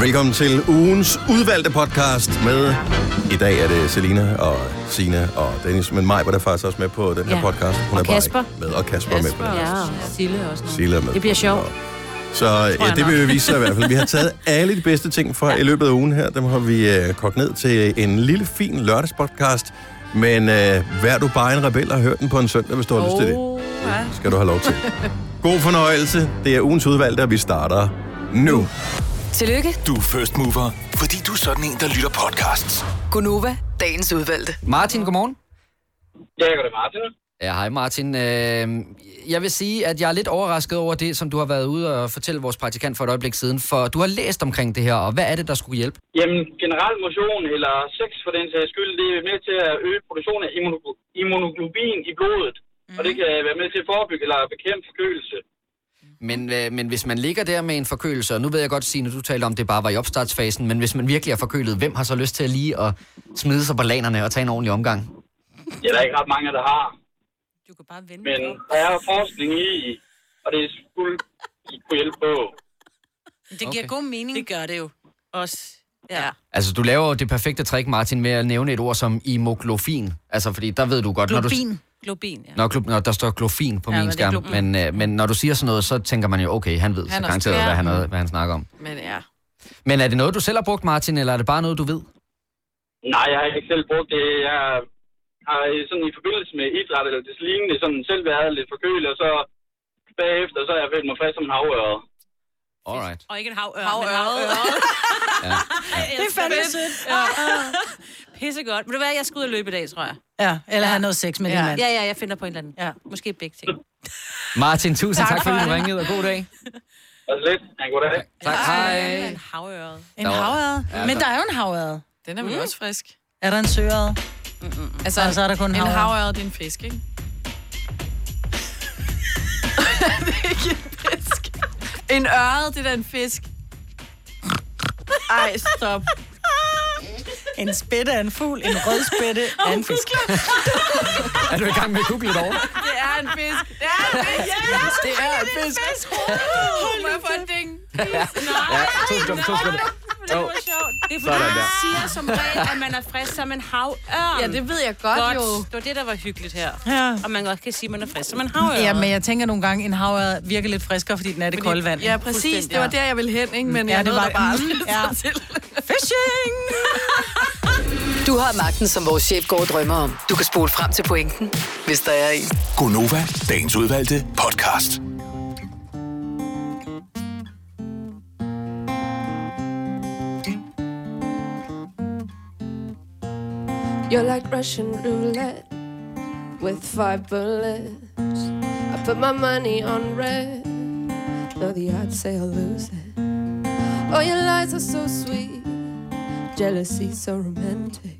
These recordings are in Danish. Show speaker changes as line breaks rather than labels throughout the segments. Velkommen til ugens udvalgte podcast med... I dag er det Selina og Sina og Dennis, men mig var der faktisk også med på den her
Ja.
podcast.
Og
bare
Kasper.
ikke med, og Kasper, er med på
Kasper
den.
ja, og Sille også. nu.
Sille er med
Det bliver
på den,
sjovt.
og- Så ja, det vil jo vise sig i hvert fald. Vi har taget alle de bedste ting fra i løbet af ugen her. Dem har vi øh, kogt ned til en lille, fin lørdagspodcast. Men øh, vær du bare en rebel og hør den på en søndag, hvis du har lyst til det. Det skal du have lov til. God fornøjelse. Det er ugens udvalgte, og vi starter nu.
Tillykke,
Du er first mover, fordi du er sådan en, der lytter podcasts.
Gunova, dagens udvalgte.
Martin, godmorgen.
Ja, det er Martin.
Ja, hej Martin. Øh, jeg vil sige, at jeg er lidt overrasket over det, som du har været ude og fortælle vores praktikant for et øjeblik siden, for du har læst omkring det her, og hvad er det, der skulle hjælpe?
Jamen, generel motion eller sex for den sags skyld, det er med til at øge produktionen af immunoglo- immunoglobin i blodet. Mm. Og det
Mhm.
kan være med til at forebygge eller bekæmpe forkølelse.
Men, øh, men hvis man ligger der med en forkølelse, og nu ved jeg godt, Signe, du talte om, det bare var i opstartsfasen, men hvis man virkelig er forkølet, hvem har så lyst til at lige at smide sig på lanerne og tage en ordentlig omgang?
Ja, der er ikke ret mange, der har.
Du kan bare vende
Men
dig om.
der er forskning i, og det skulle I kunne hjælpe på.
Det giver
Okay.
god mening. Det gør det jo. Også. Ja. ja.
Altså, du laver jo det perfekte trick, Martin, med at nævne et ord som imoglofin. Altså, fordi der ved du godt, når du...
Globin. Globin, ja.
Når, klub, når der står glofin på
Ja,
ja,
men
min
det er
skærm,
globin.
men, øh, men når du siger sådan noget, så tænker man jo, okay, han ved
Han
han
er
så garanteret, hvad
ekspert.
han, hvad han snakker om.
Men ja.
Men er det noget, du selv har brugt, Martin, eller er det bare noget, du ved?
Nej, jeg har ikke selv brugt det. Jeg har i- sådan i forbindelse med idræt eller det lignende, sådan selv været lidt forkølet, og så bagefter, så har jeg følt mig frisk som en havørred.
Alright.
Og ikke en havøre.
Havørret.
Ja.
Det er fandme sødt. Ja. Pissegodt. Ved du hvad, jeg skal ud og løbe i dag, tror jeg.
Ja, eller ja. have noget sex med ja. din mand.
Ja, ja, jeg finder på en eller anden.
Ja.
Måske begge ting.
Martin, tusind tak,
Tak
tak fordi
for
du
det.
ringede, og god dag.
Altså lidt. Ja, goddag.
Tak,
En
hej.
havøre.
En
Der var-
havørred.
Ja,
Men
der-
der er jo en havørred.
Den er vel også frisk.
Er der en søørred?
Altså,
Og så er der kun en
en
havørred.
havørred, det er en fisk, ikke? det er ikke en fisk. En ørred, det er da en fisk.
Ej, stop.
En spætte af en fugl, en rød spætte af en fisk.
Er du i gang med at google det over?
Det er en fisk. Det er en fisk.
Det er en fisk.
Hun må få et ding.
Ja, tusind tak, tusind tak. Jo,
Det er fordi, man siger som regel, at man er frisk som en havørn.
Ja, det ved jeg godt,
Godt.
jo.
Det var det, der var hyggeligt her.
Ja.
Og man godt kan sige, at man er frisk som en havørn.
ja, men jeg tænker nogle gange, en havørred virker lidt friskere, fordi den er det kolde vand.
Ja, præcis. Det var der, jeg ville hen, ikke? Men
Ja,
jeg
det
nåede
var
der bare
Mm,
aldrig
ja.
til.
Fishing!
Du har magten, som vores chef går og drømmer om. Du kan spole frem til pointen, hvis der er en.
Gonova, dagens udvalgte podcast.
You're like Russian roulette with five bullets. I put my money on red. Know the odds say I'll lose it. Oh, your lies are so sweet. Jealousy so romantic.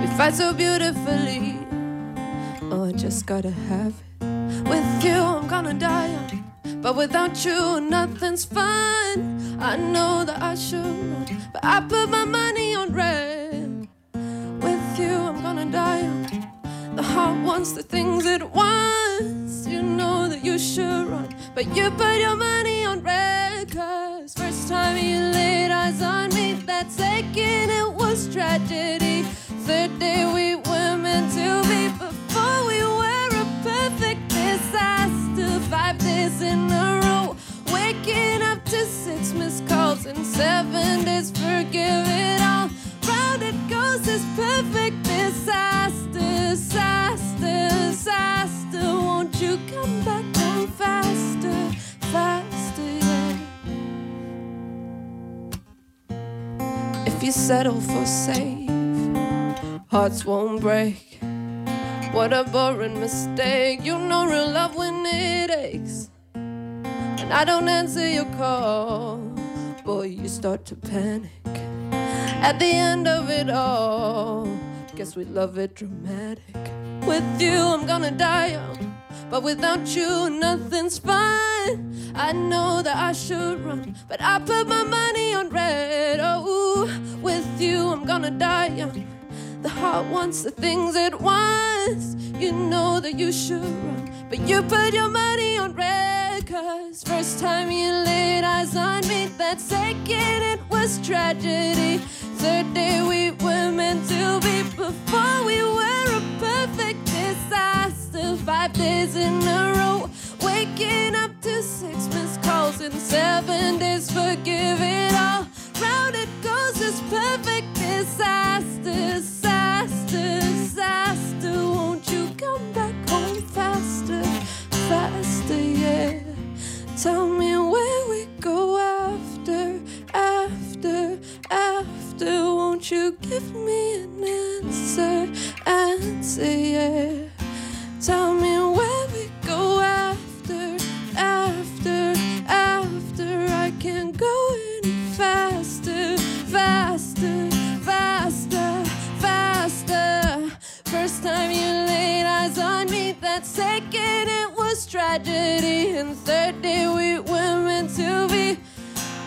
We fight so beautifully. Oh, I just gotta have it. With you, I'm gonna die young. But without you, nothing's fine. I know that I should run, but I put my money on red. With you, I'm gonna die. The heart wants the things it wants. You know that you should run, but you put your money on red. 'Cause first time you laid eyes on me, that second it was tragedy. Third day we were meant to be, before we were a perfect disaster. Five days in a row, waking up to six missed calls and seven days. Forgive it all. Round it goes this perfect disaster, disaster, disaster. Won't you come back home faster, faster? Yeah. If you settle for safe, hearts won't break. What a boring mistake. You know real love when it aches. And I don't answer your call. Boy, you start to panic. At the end of it all, guess we love it dramatic. With you, I'm gonna die young. But without you, nothing's fine. I know that I should run, but I put my money on red. Oh, with you, I'm gonna die young. The heart wants the things it wants. You know that you should run, but you put your money on red. Cause first time you laid eyes on me, that second it was was tragedy. Third day we were meant to be before we were a perfect disaster. Five days in a row, waking up to six missed calls and seven days for giving all. Round it goes this perfect disaster, disaster, disaster. Won't you come back home faster, faster, yeah? Tell me where we go after, after, after. Won't you give me an answer, answer, yeah? Tell me where we go after, after, after. I can't go any faster, faster, faster, faster. First time you laid eyes on me, that second it was tragedy, and third day we were meant to be.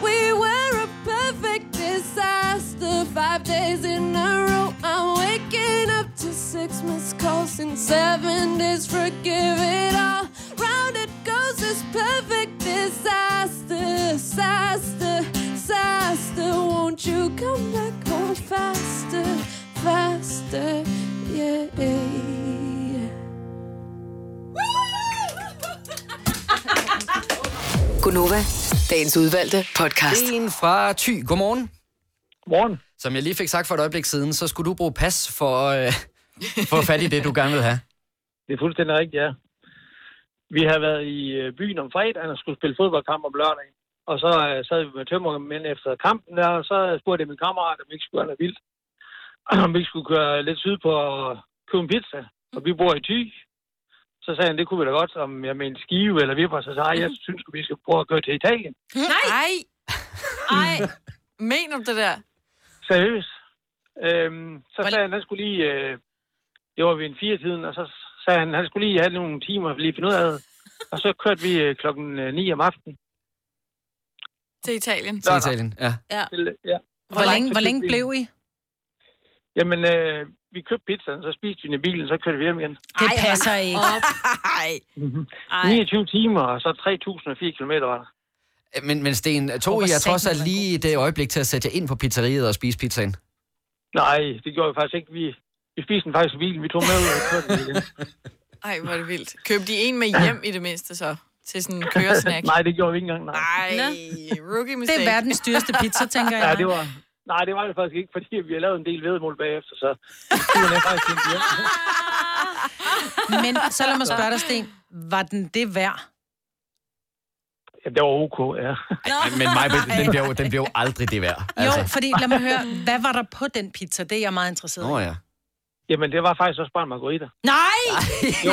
We were a perfect disaster. Five days in a row, I'm waking up to six missed calls and seven days for give it all. Round it goes this perfect disaster, disaster, disaster. Won't you come back home faster, faster? Yeah.
Gunova, dagens udvalgte podcast.
En fra Thy. Godmorgen.
Morgen.
Som jeg lige fik sagt for et øjeblik siden, så skulle du bruge pas for, øh, for fat i det, du gerne vil have.
Det er fuldstændig rigtigt, ja. Vi har været i øh, byen om fredagen og skulle spille fodboldkamp om lørdagen. Og så øh, sad vi med tømmermænd efter kampen der, og så spurgte jeg min kammerat, om vi ikke skulle have noget vildt. Om vi ikke skulle køre lidt syd på og købe en pizza. Og vi bor i Thy. Så sagde han, det kunne vi da godt, om jeg mente Skive eller Viborg. Så sagde jeg, jeg synes, vi skal prøve at køre til Italien.
Nej! Ej! Ej! Mener du det der?
Seriøst. Øhm, så sagde han, han skulle lige... Øh, det var ved en fire-tiden, og så sagde han, han skulle lige have nogle timer, lige finde ud af det. Og så kørte vi øh, klokken 9 om aftenen.
Til Italien.
Til Italien,
ja.
ja.
ja.
Hvor længe, hvor længe blev I?
Jamen, øh, vi købte pizzaen, så spiste vi den i bilen, så kørte vi hjem igen.
Det passer ikke.
Ej.
29 timer, og så 3.004 km var der.
Men, men Sten, to I er trods alt lige det øjeblik til at sætte jer ind på pizzeriet og spise pizzaen.
Nej, det gjorde vi faktisk ikke. Vi, vi spiste den faktisk i bilen. Vi tog med ud og kørte den igen.
Ej, hvor er det vildt. Købte de en med hjem i det mindste så? Til sådan en køresnack?
nej, det gjorde vi ikke engang. Nej.
Ej, rookie mistake.
Det er verdens dyreste pizza, tænker jeg.
Ja, det var... Nej, det var det faktisk ikke, fordi vi har lavet en del vedmål bagefter, så turen er faktisk ikke hjem.
Men så lad mig spørge dig, Sten. Var den det værd?
Ja, det var OK, ja.
Men, men mig, den bliver, jo- den bliver jo aldrig det værd. Altså,
Jo, fordi lad mig høre, hvad var der på den pizza? Det er jeg meget interesseret i.
Nå ja.
Jamen, det var faktisk også bare en margarita.
Nej!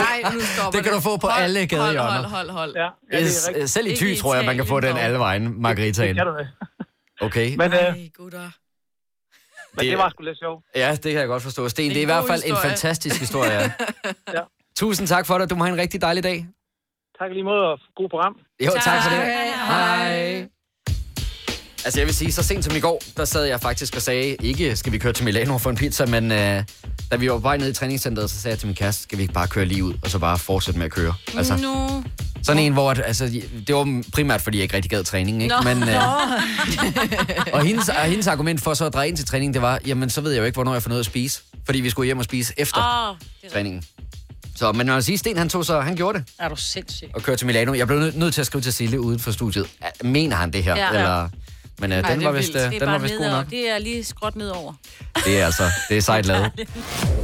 Nej, nu stopper
Det kan du få på alle gadehjørner.
Hold, hold, hold, hold.
Ja, ja det er
Ja,
rigtigt.
øh, selv i
Ikke
Thy
i
tror jeg, man kan få
Italien,
den
dog.
alle vejen, margaritaen.
Kan du det?
Okay.
Men, øh,
Ej, gutter.
men det var sgu lidt sjovt.
Ja, det kan jeg godt forstå. Sten, det er i
en
hvert
god
fald en
historie.
fantastisk historie. ja.
Ja.
Tusind tak for det. Du må have en rigtig dejlig dag.
Tak i lige måde, og god program.
Jo, tak, tak for det.
Hej.
Hej. Altså jeg vil sige, så sent som i går, der sad jeg faktisk og sagde, ikke skal vi køre til Milano for en pizza, men øh, da vi var på vej ned i træningscenteret, så sagde jeg til min kæreste, skal vi ikke bare køre lige ud, og så bare fortsætte med at køre. Altså,
Nu.
sådan en, hvor at, altså, det var primært, fordi jeg ikke rigtig gad træning, ikke?
Nå.
Men, øh, og, hendes, og hendes argument for så at dreje ind til træning, det var, jamen så ved jeg jo ikke, hvornår jeg får noget at spise, fordi vi skulle hjem og spise efter
Åh, det er
træningen. Så, men når jeg siger, Sten han tog så, han gjorde det
Er du sindssyg?
og kørte til Milano. Jeg blev nødt, nødt til at skrive til Sille uden for studiet. "Ah, Mener han det her? Ja,
Ja.
Eller, men øh, den,
det
var
er
vist,
vildt.
øh,
det
den
er
var
bare
vist god
nedover.
nok.
Det er lige skråt nedover.
Det er altså, det er sejt lavet.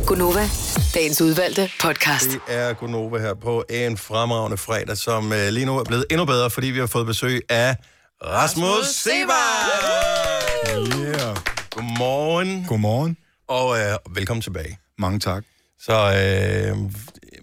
Gunova, dagens udvalgte podcast.
Det er Gunova her på en fremragende fredag, som øh, lige nu er blevet endnu bedre, fordi vi har fået besøg af Rasmus Seba.
Yeah.
Godmorgen,
Godmorgen.
og øh, velkommen tilbage.
Mange tak.
Så øh,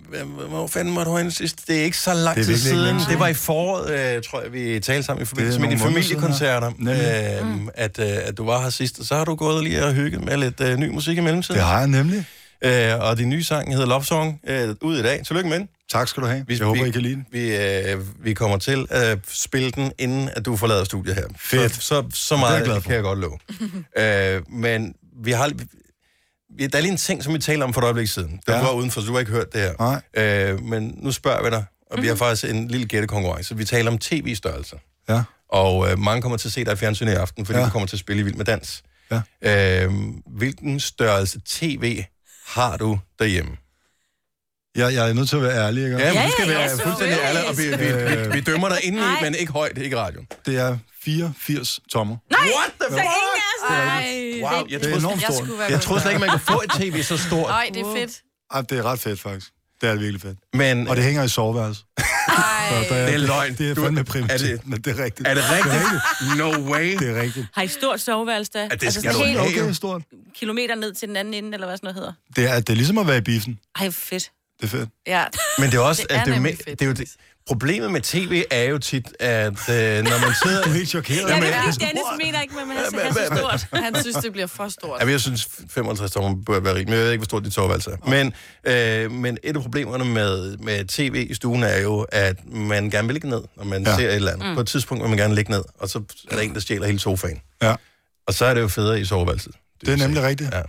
hvad- hvor fanden måtte du hen sidst? Det er ikke så lang
Det er
tid
virkelig ikke
siden.
længe siden.
Det var i foråret, øh, tror jeg, vi talte sammen i forbindelse med
nogle
dine
måneder siden Mm.
familiekoncerter,
her.
øh, at, øh, at du var her sidst. Og så har du gået lige og hygget med lidt øh, ny musik i mellemtiden.
Det har jeg nemlig.
Øh, og din nye sang hedder Love Song, øh, ud i dag. Tillykke med den.
Tak skal du have.
Vi-
jeg håber,
vi-
I kan lide den.
Vi, øh, vi kommer til at spille den, inden at du forlader studiet her.
Fedt.
Så, så, så
er jeg
meget
glad
det
for.
kan jeg godt love. øh, men vi har... Vi, der er lige en ting, som vi taler om for et øjeblik siden. Det
Ja.
var udenfor, så du har ikke hørt det her. Øh, men nu spørger vi dig, og vi har faktisk en lille gættekonkurrence. Vi taler om tv-størrelser.
Ja.
Og øh, mange kommer til at se dig i fjernsynet i aften, fordi ja. du kommer til at spille i Vild med Dans. Ja. Øh, hvilken størrelse tv har du derhjemme?
Jeg, jeg er nødt til at være ærlig, ikke? Øh.
Ja, men du skal være fuldstændig ærlig, og vi, vi, vi, vi dømmer dig indeni, men ikke højt, ikke i radioen.
Det er 84 tommer.
Nej! What the
Så ingen af os. Nej.
Wow, jeg
Det er
troede,
enormt
jeg,
stort.
jeg troede slet ikke, man kunne få et tv så stort.
Nej, det er fedt.
Ej, det er ret fedt, faktisk. Det er virkelig fedt.
Men,
og det hænger i soveværelset. Ej,
Det er løgn.
Det er
Du-
fandme
er
primitivt,
det-
men det er rigtigt.
Er det rigtigt? No way.
Det er rigtigt.
Har I stort soveværelse da? Ja,
det skal du have. Okay, stort.
Kilometer ned til den anden ende, eller hvad sådan noget hedder.
Det er, det er ligesom at være i biffen.
Ej, fedt.
Det er fedt.
Ja.
Men det er også...
Det er
at det, er jo,
nemlig
me- det er jo det, problemet med tv er jo tit, at øh, når man sidder... du er helt chokeret.
Ja, det er fordi, Dennis mener ikke, at man
Ja,
har
men-
så
men-
stort.
Han synes, det bliver for stort.
Ja, jeg synes, 55 tommer bør være rimeligt. men Jeg ved ikke, hvor stort dit soveværelse er. Men, øh, men et af problemerne med, med tv i stuen er jo, at man gerne vil ligge ned, når man ja. ser et eller andet. Mm.
Mm.
På et tidspunkt vil man gerne ligge ned, og så er der en, der stjæler hele sofaen.
Ja.
Og så er det jo federe i soveværelset.
Det er nemlig rigtigt.
Ja.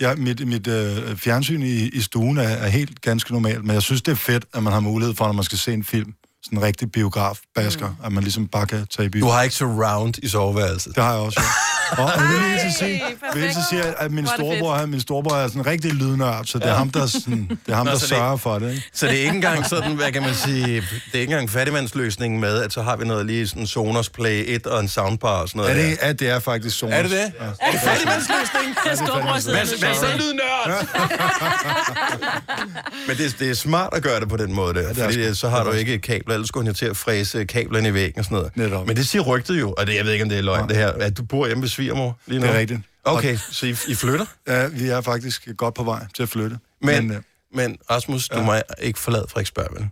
Ja, mit, mit øh, fjernsyn i, i stuen er, er helt ganske normalt, men jeg synes, det er fedt, at man har mulighed for, når man skal se en film, sådan en rigtig biograf-basker, mm. at man ligesom bare kan tage i byen.
Du har ikke surround i soveværelset.
Det har jeg også, ja. Og jeg vil lige så sige, vil lige så sige at- at min
Hvor er det
storebror, han, min storebror er sådan en rigtig lydnørd, så det er
Ja.
ham, der, sådan, det er ham,
Nå,
der
så det-
sørger for det. Ikke?
Så det er ikke engang sådan, hvad kan man sige, det er ikke engang fattigmandsløsningen med, at så har vi noget lige sådan Sonos Play 1 og en soundbar og sådan noget.
Er det,
der.
ja, det er faktisk Sonos.
Er det det?
Ja.
Er det fattigmandsløsning?
Det er storbror sidder
Hvad- hvad så lydnørd? Men det, det er smart at gøre det på den måde der,
det er
ja, fordi
også-
øh, så
det
har
er
du
også-
ikke kabler, ellers skulle han jo til at fræse kablerne i væggen og sådan noget. Netop. Men det siger rygtet jo, og det, jeg ved ikke, om det er løgn det her, at du bor hjemme ved svigermor lige nu.
Det er rigtigt.
Okay, så I, I flytter?
Ja, vi er faktisk godt på vej til at flytte.
Men-
øh,
Men Rasmus, du ja. må ikke forlade Frederiksberg, vel?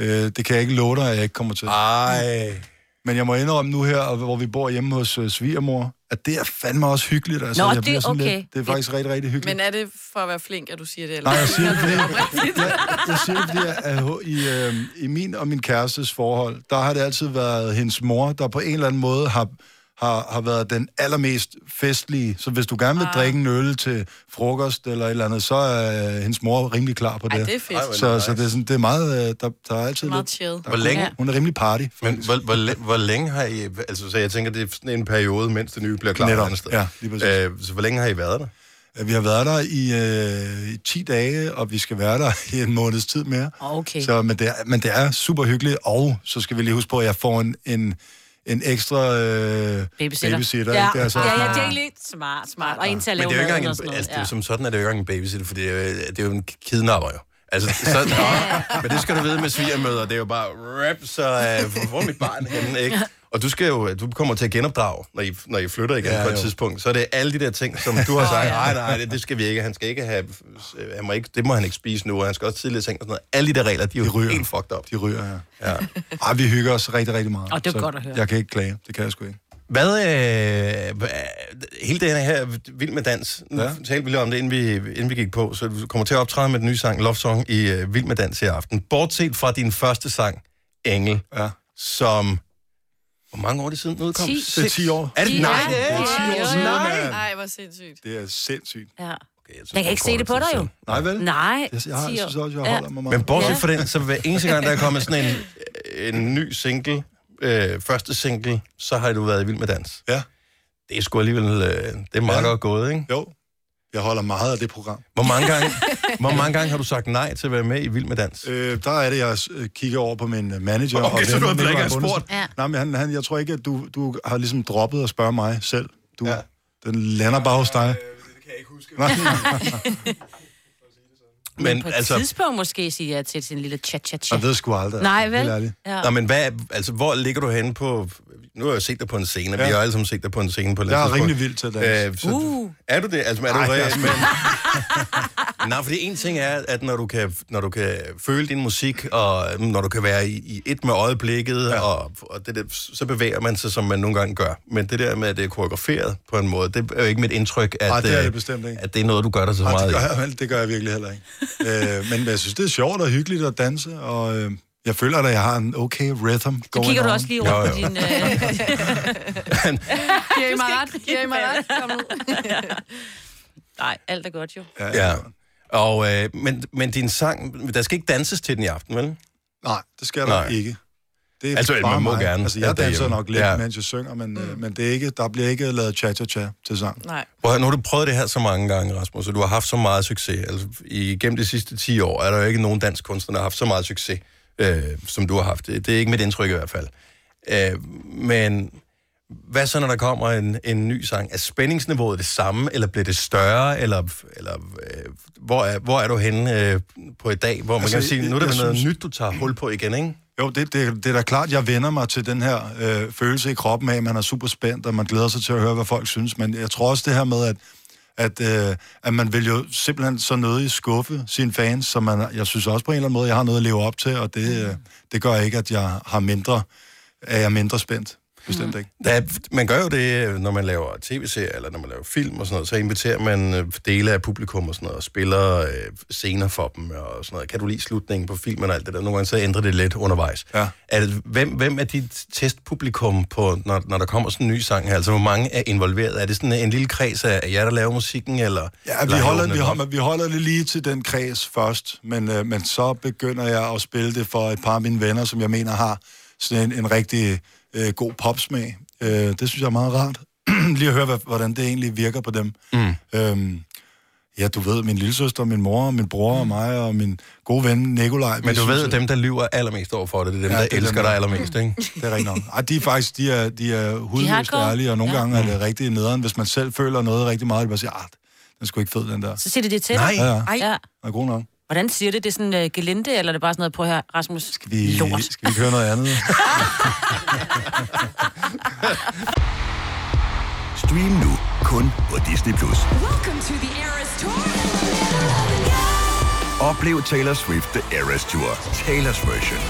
Øh, det kan jeg ikke love dig, at jeg ikke kommer til.
Ej.
Men jeg må indrømme nu her, og hvor vi bor hjemme hos øh, svigermor, at det er fandme også hyggeligt. Altså,
Nå,
jeg
det
bliver
er
sådan
okay.
Lidt, det er faktisk rigtig, rigtig hyggeligt.
Men er det for at være flink, at du siger det? Eller?
Nej, jeg siger det, fordi, jeg, jeg siger det, fordi jeg, at i, øh, i min og min kærestes forhold, der har det altid været hendes mor, der på en eller anden måde har, har, har været den allermest festlige. Så hvis du gerne vil ah. drikke en øl til frokost eller et eller andet, så er øh, hendes mor rimelig klar på det.
Ej, det er fedt. Ej, hvor
Så,
nice.
så det, er sådan, det er meget... Øh, der, der er altid
Meget
lidt,
chill.
Der,
Hvor længe-
Hun, hun er rimelig party.
Men hvor, hvor, læ- hvor længe har I... Altså, så jeg tænker, det er sådan en periode, mens det nye bliver klar.
Netop,
et andet sted.
ja, lige præcis.
Øh, så hvor længe har I været der?
Øh, Vi har været der i, øh, i 10 dage, og vi skal være der i en måneds tid mere.
Okay.
Så, men, det er, men det er super hyggeligt, og så skal vi lige huske på, at jeg får en, en, en ekstra øh,
Babysitter.
babysitter
ja.
ikke? Det er så
ja, ja,
smart.
det er lidt smart, smart. Og en til at
Men
lave
det er jo ikke engang
maden og
en,
sådan noget.
altså, det er,
Ja.
jo som sådan er det jo ikke engang en babysitter, for det er, jo- det er jo en kidnapper jo. Altså, så, ja. Men det skal du vide med svigermøder, det er jo bare rap, så øh, hvor er mit barn henne, ikke? Og du, skal jo, du kommer til at genopdrage, når I, når I flytter igen ja,
Ja,
på et
jo.
tidspunkt. Så er det alle de der ting, som du har sagt, nej, nej, det, det skal vi ikke. Han skal ikke have, øh, han må ikke, det må han ikke spise nu, og han skal også tidligere tænke og sådan noget. Alle de der regler, de er jo helt fucked up.
De ryger, ja.
Ja.
Ej, vi hygger os rigtig, rigtig meget.
Og det er
så
godt at høre.
Jeg kan ikke klage, det kan jeg sgu ikke.
Hvad, øh, hva- hele den her Vild med Dans, nu ja. talte vi lige om det, inden vi, inden vi gik på, så du kommer til at optræde med den nye sang, Love Song, i øh, Vild med Dans i aften. Bortset fra din første sang, Engel,
ja.
som... Hvor mange år er det siden den udkom?
Ti.
Seks-
Det er 10 år.
Er det? Nej,
Ja,
det er
ja,
10 år
ja,
siden,
ja.
mand.
Ej, hvor sindssygt.
Det er sindssygt.
Ja.
synes,
Man kan ikke
det er
se det på
kort
dig jo.
tid Nej, vel?
Nej.
Jeg, jeg, har, jeg
ti år.
synes også, jeg holder mig meget.
Men bortset
Ja.
fra den, så hver eneste gang, der er kommet sådan en, en ny single, øh, første single, så har du været i Vild med Dans.
Ja.
Det er sgu alligevel, øh, det er meget ja. godt gået, ikke?
Jo. Jeg holder meget af det program.
Hvor mange, gange, hvor mange gange har du sagt nej til at være med i Vild med Dans?
Øh, der er det, jeg øh, kigger over på min øh, manager.
Okay, så
ven,
du har heller ikke
Nikolaj
engang
Bundesen.
spurgt? Ja.
Nej, men han, han, jeg tror ikke, at du, du har ligesom droppet at spørge mig selv. Du, ja. Den lander bare hos dig. Det kan jeg ikke huske.
Men på et altså... tidspunkt måske sige ja til sin lille chat-chat-chat.
Jeg ved sgu aldrig.
Nej,
Helt
vel?
ærligt.
Ja.
Ja. Nå, men hvad, altså, hvor ligger du henne på... Nu har jeg set dig på en scene, ja. vi har alle sammen set dig på en scene på et eller
Jeg er
andet tidspunkt.
rimelig vild til at danse.
Øh, så du-
Uh.
Er du det? Altså, er du
Ej, jeg er
Ej,
sgu-
men... Nej, fordi en ting er, at når du kan, når du kan føle din musik, og øhm, når du kan være i, i et med øjeblikket, ja. og, og det der, så bevæger man sig, som man nogle gange gør. Men det der med, at det er koreograferet på en måde, det er jo ikke mit indtryk, at,
Ej, det er
øh,
det bestemt ikke.
at det er noget, du gør dig så
Ej,
meget
det,
i.
gør jeg, vel, det gør jeg virkelig heller ikke. øh, men jeg synes, det er sjovt og hyggeligt at danse, og øh, jeg føler, at jeg har en okay rhythm.
Så
going
kigger du
on.
også lige rundt på din... Øh...
Giver I
Du
mig
skal
ret?
ikke
Giver I mig ret?
kigge
Kom nu.
Nej, alt er godt jo.
Ja. ja. Og, øh, men, men din sang, der skal ikke danses til den i aften, vel?
Nej, det skal der
Nej.
ikke. Det er
Altså,
bare
man må
mig.
gerne,
Altså,
ja,
jeg danser
derhjemme.
nok lidt,
Ja.
ja. mens jeg synger, men, mm. men det er ikke, der bliver ikke lavet cha-cha-cha til sang.
Nej.
Prøv, at høre, nu har du prøvet det her så mange gange, Rasmus, og du har haft så meget succes. Altså, igennem de sidste 10 år er der jo ikke nogen dansk kunstner, der har haft så meget succes, øh, som du har haft. Det, det er ikke mit indtryk i hvert fald. Øh, men hvad så, når der kommer en, en ny sang? Er spændingsniveauet det samme, eller bliver det større, eller, eller øh, hvor, er, hvor er du henne øh, på i dag, hvor man altså,
Altså,
kan sige, nu er
jeg-
der
jeg
noget
synes-
nyt, du tager hul på igen, ikke?
Jo, det, det, det er da klart, jeg vender mig til den her øh, følelse i kroppen af, at man er super spændt, og man glæder sig til at høre, hvad folk synes. Men jeg tror også det her med, at, at, øh, at man vil jo simpelthen så nødig skuffe sine fans, så man, jeg synes også på en eller anden måde, jeg har noget at leve op til, og det, øh, det gør ikke, at jeg har mindre, er jeg mindre spændt. Bestemt ikke.
Der, er- man gør jo det, øh, når man laver tv-serier, eller når man laver film og sådan noget, så inviterer man øh, dele af publikum og sådan noget, og spiller øh, scener for dem og sådan noget. Kan du lide slutningen på filmen og alt det der? Nogle gange så ændrer det lidt undervejs. Ja. Er det, hvem, hvem er dit testpublikum, på, når, når der kommer sådan en ny sang her? Altså, hvor mange er involveret? Er det sådan en lille kreds af jer, der laver musikken, eller...
Ja,
eller hæver den
vi holder, vi,
den op?
holder, vi holder det lige til den kreds først, men, øh, men så begynder jeg at spille det for et par af mine venner, som jeg mener har sådan en, en rigtig øh, god popsmag. Øh, det synes jeg er meget rart. lige at høre, hvad, hvordan det egentlig virker på dem.
Mm.
Øhm, ja, du ved, min lillesøster, min mor, min bror og mig og min gode ven Nikolaj.
Men du ved, dem, der lyver allermest over for det, det er dem, der elsker dig allermest, ikke?
Mm. Det er rigtigt nok. Ej, de er faktisk, de er, de er hudløst
hardcore.
ærlige, og nogle
Ja.
ja. gange
Mm.
er det rigtig nederen. Hvis man selv føler noget rigtig meget, det bare siger, ah, den skulle ikke fed, den der.
Så siger det det til dig?
Nej. Ja, ja.
Ej. Ja.
Den er god nok.
Hvordan siger det? Det er sådan uh, gelinde, eller er det bare sådan noget på her, Rasmus? Skal
Vi,
Lort.
Skal vi høre noget andet?
Stream nu kun på Disney+. Plus.
Welcome to the Eras Tour.
Oplev Taylor Swift The Eras Tour, Taylor's version.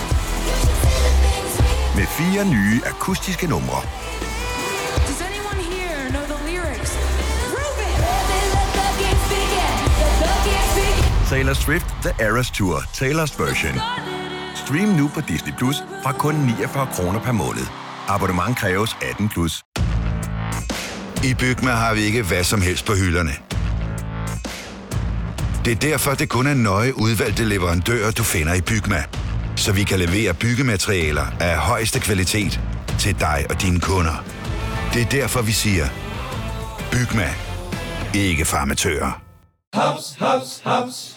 Med fire nye akustiske numre.
Does anyone here know the lyrics?
Taylor Swift The Eras Tour, Taylor's version. Stream nu på Disney Plus fra kun 49 kroner per måned. Abonnement kræves 18 plus.
I Bygma har vi ikke hvad som helst på hylderne. Det er derfor, det kun er nøje udvalgte leverandører, du finder i Bygma. Så vi kan levere byggematerialer af højeste kvalitet til dig og dine kunder. Det er derfor, vi siger, Bygma. Ikke farmatører.
Haps, haps, haps.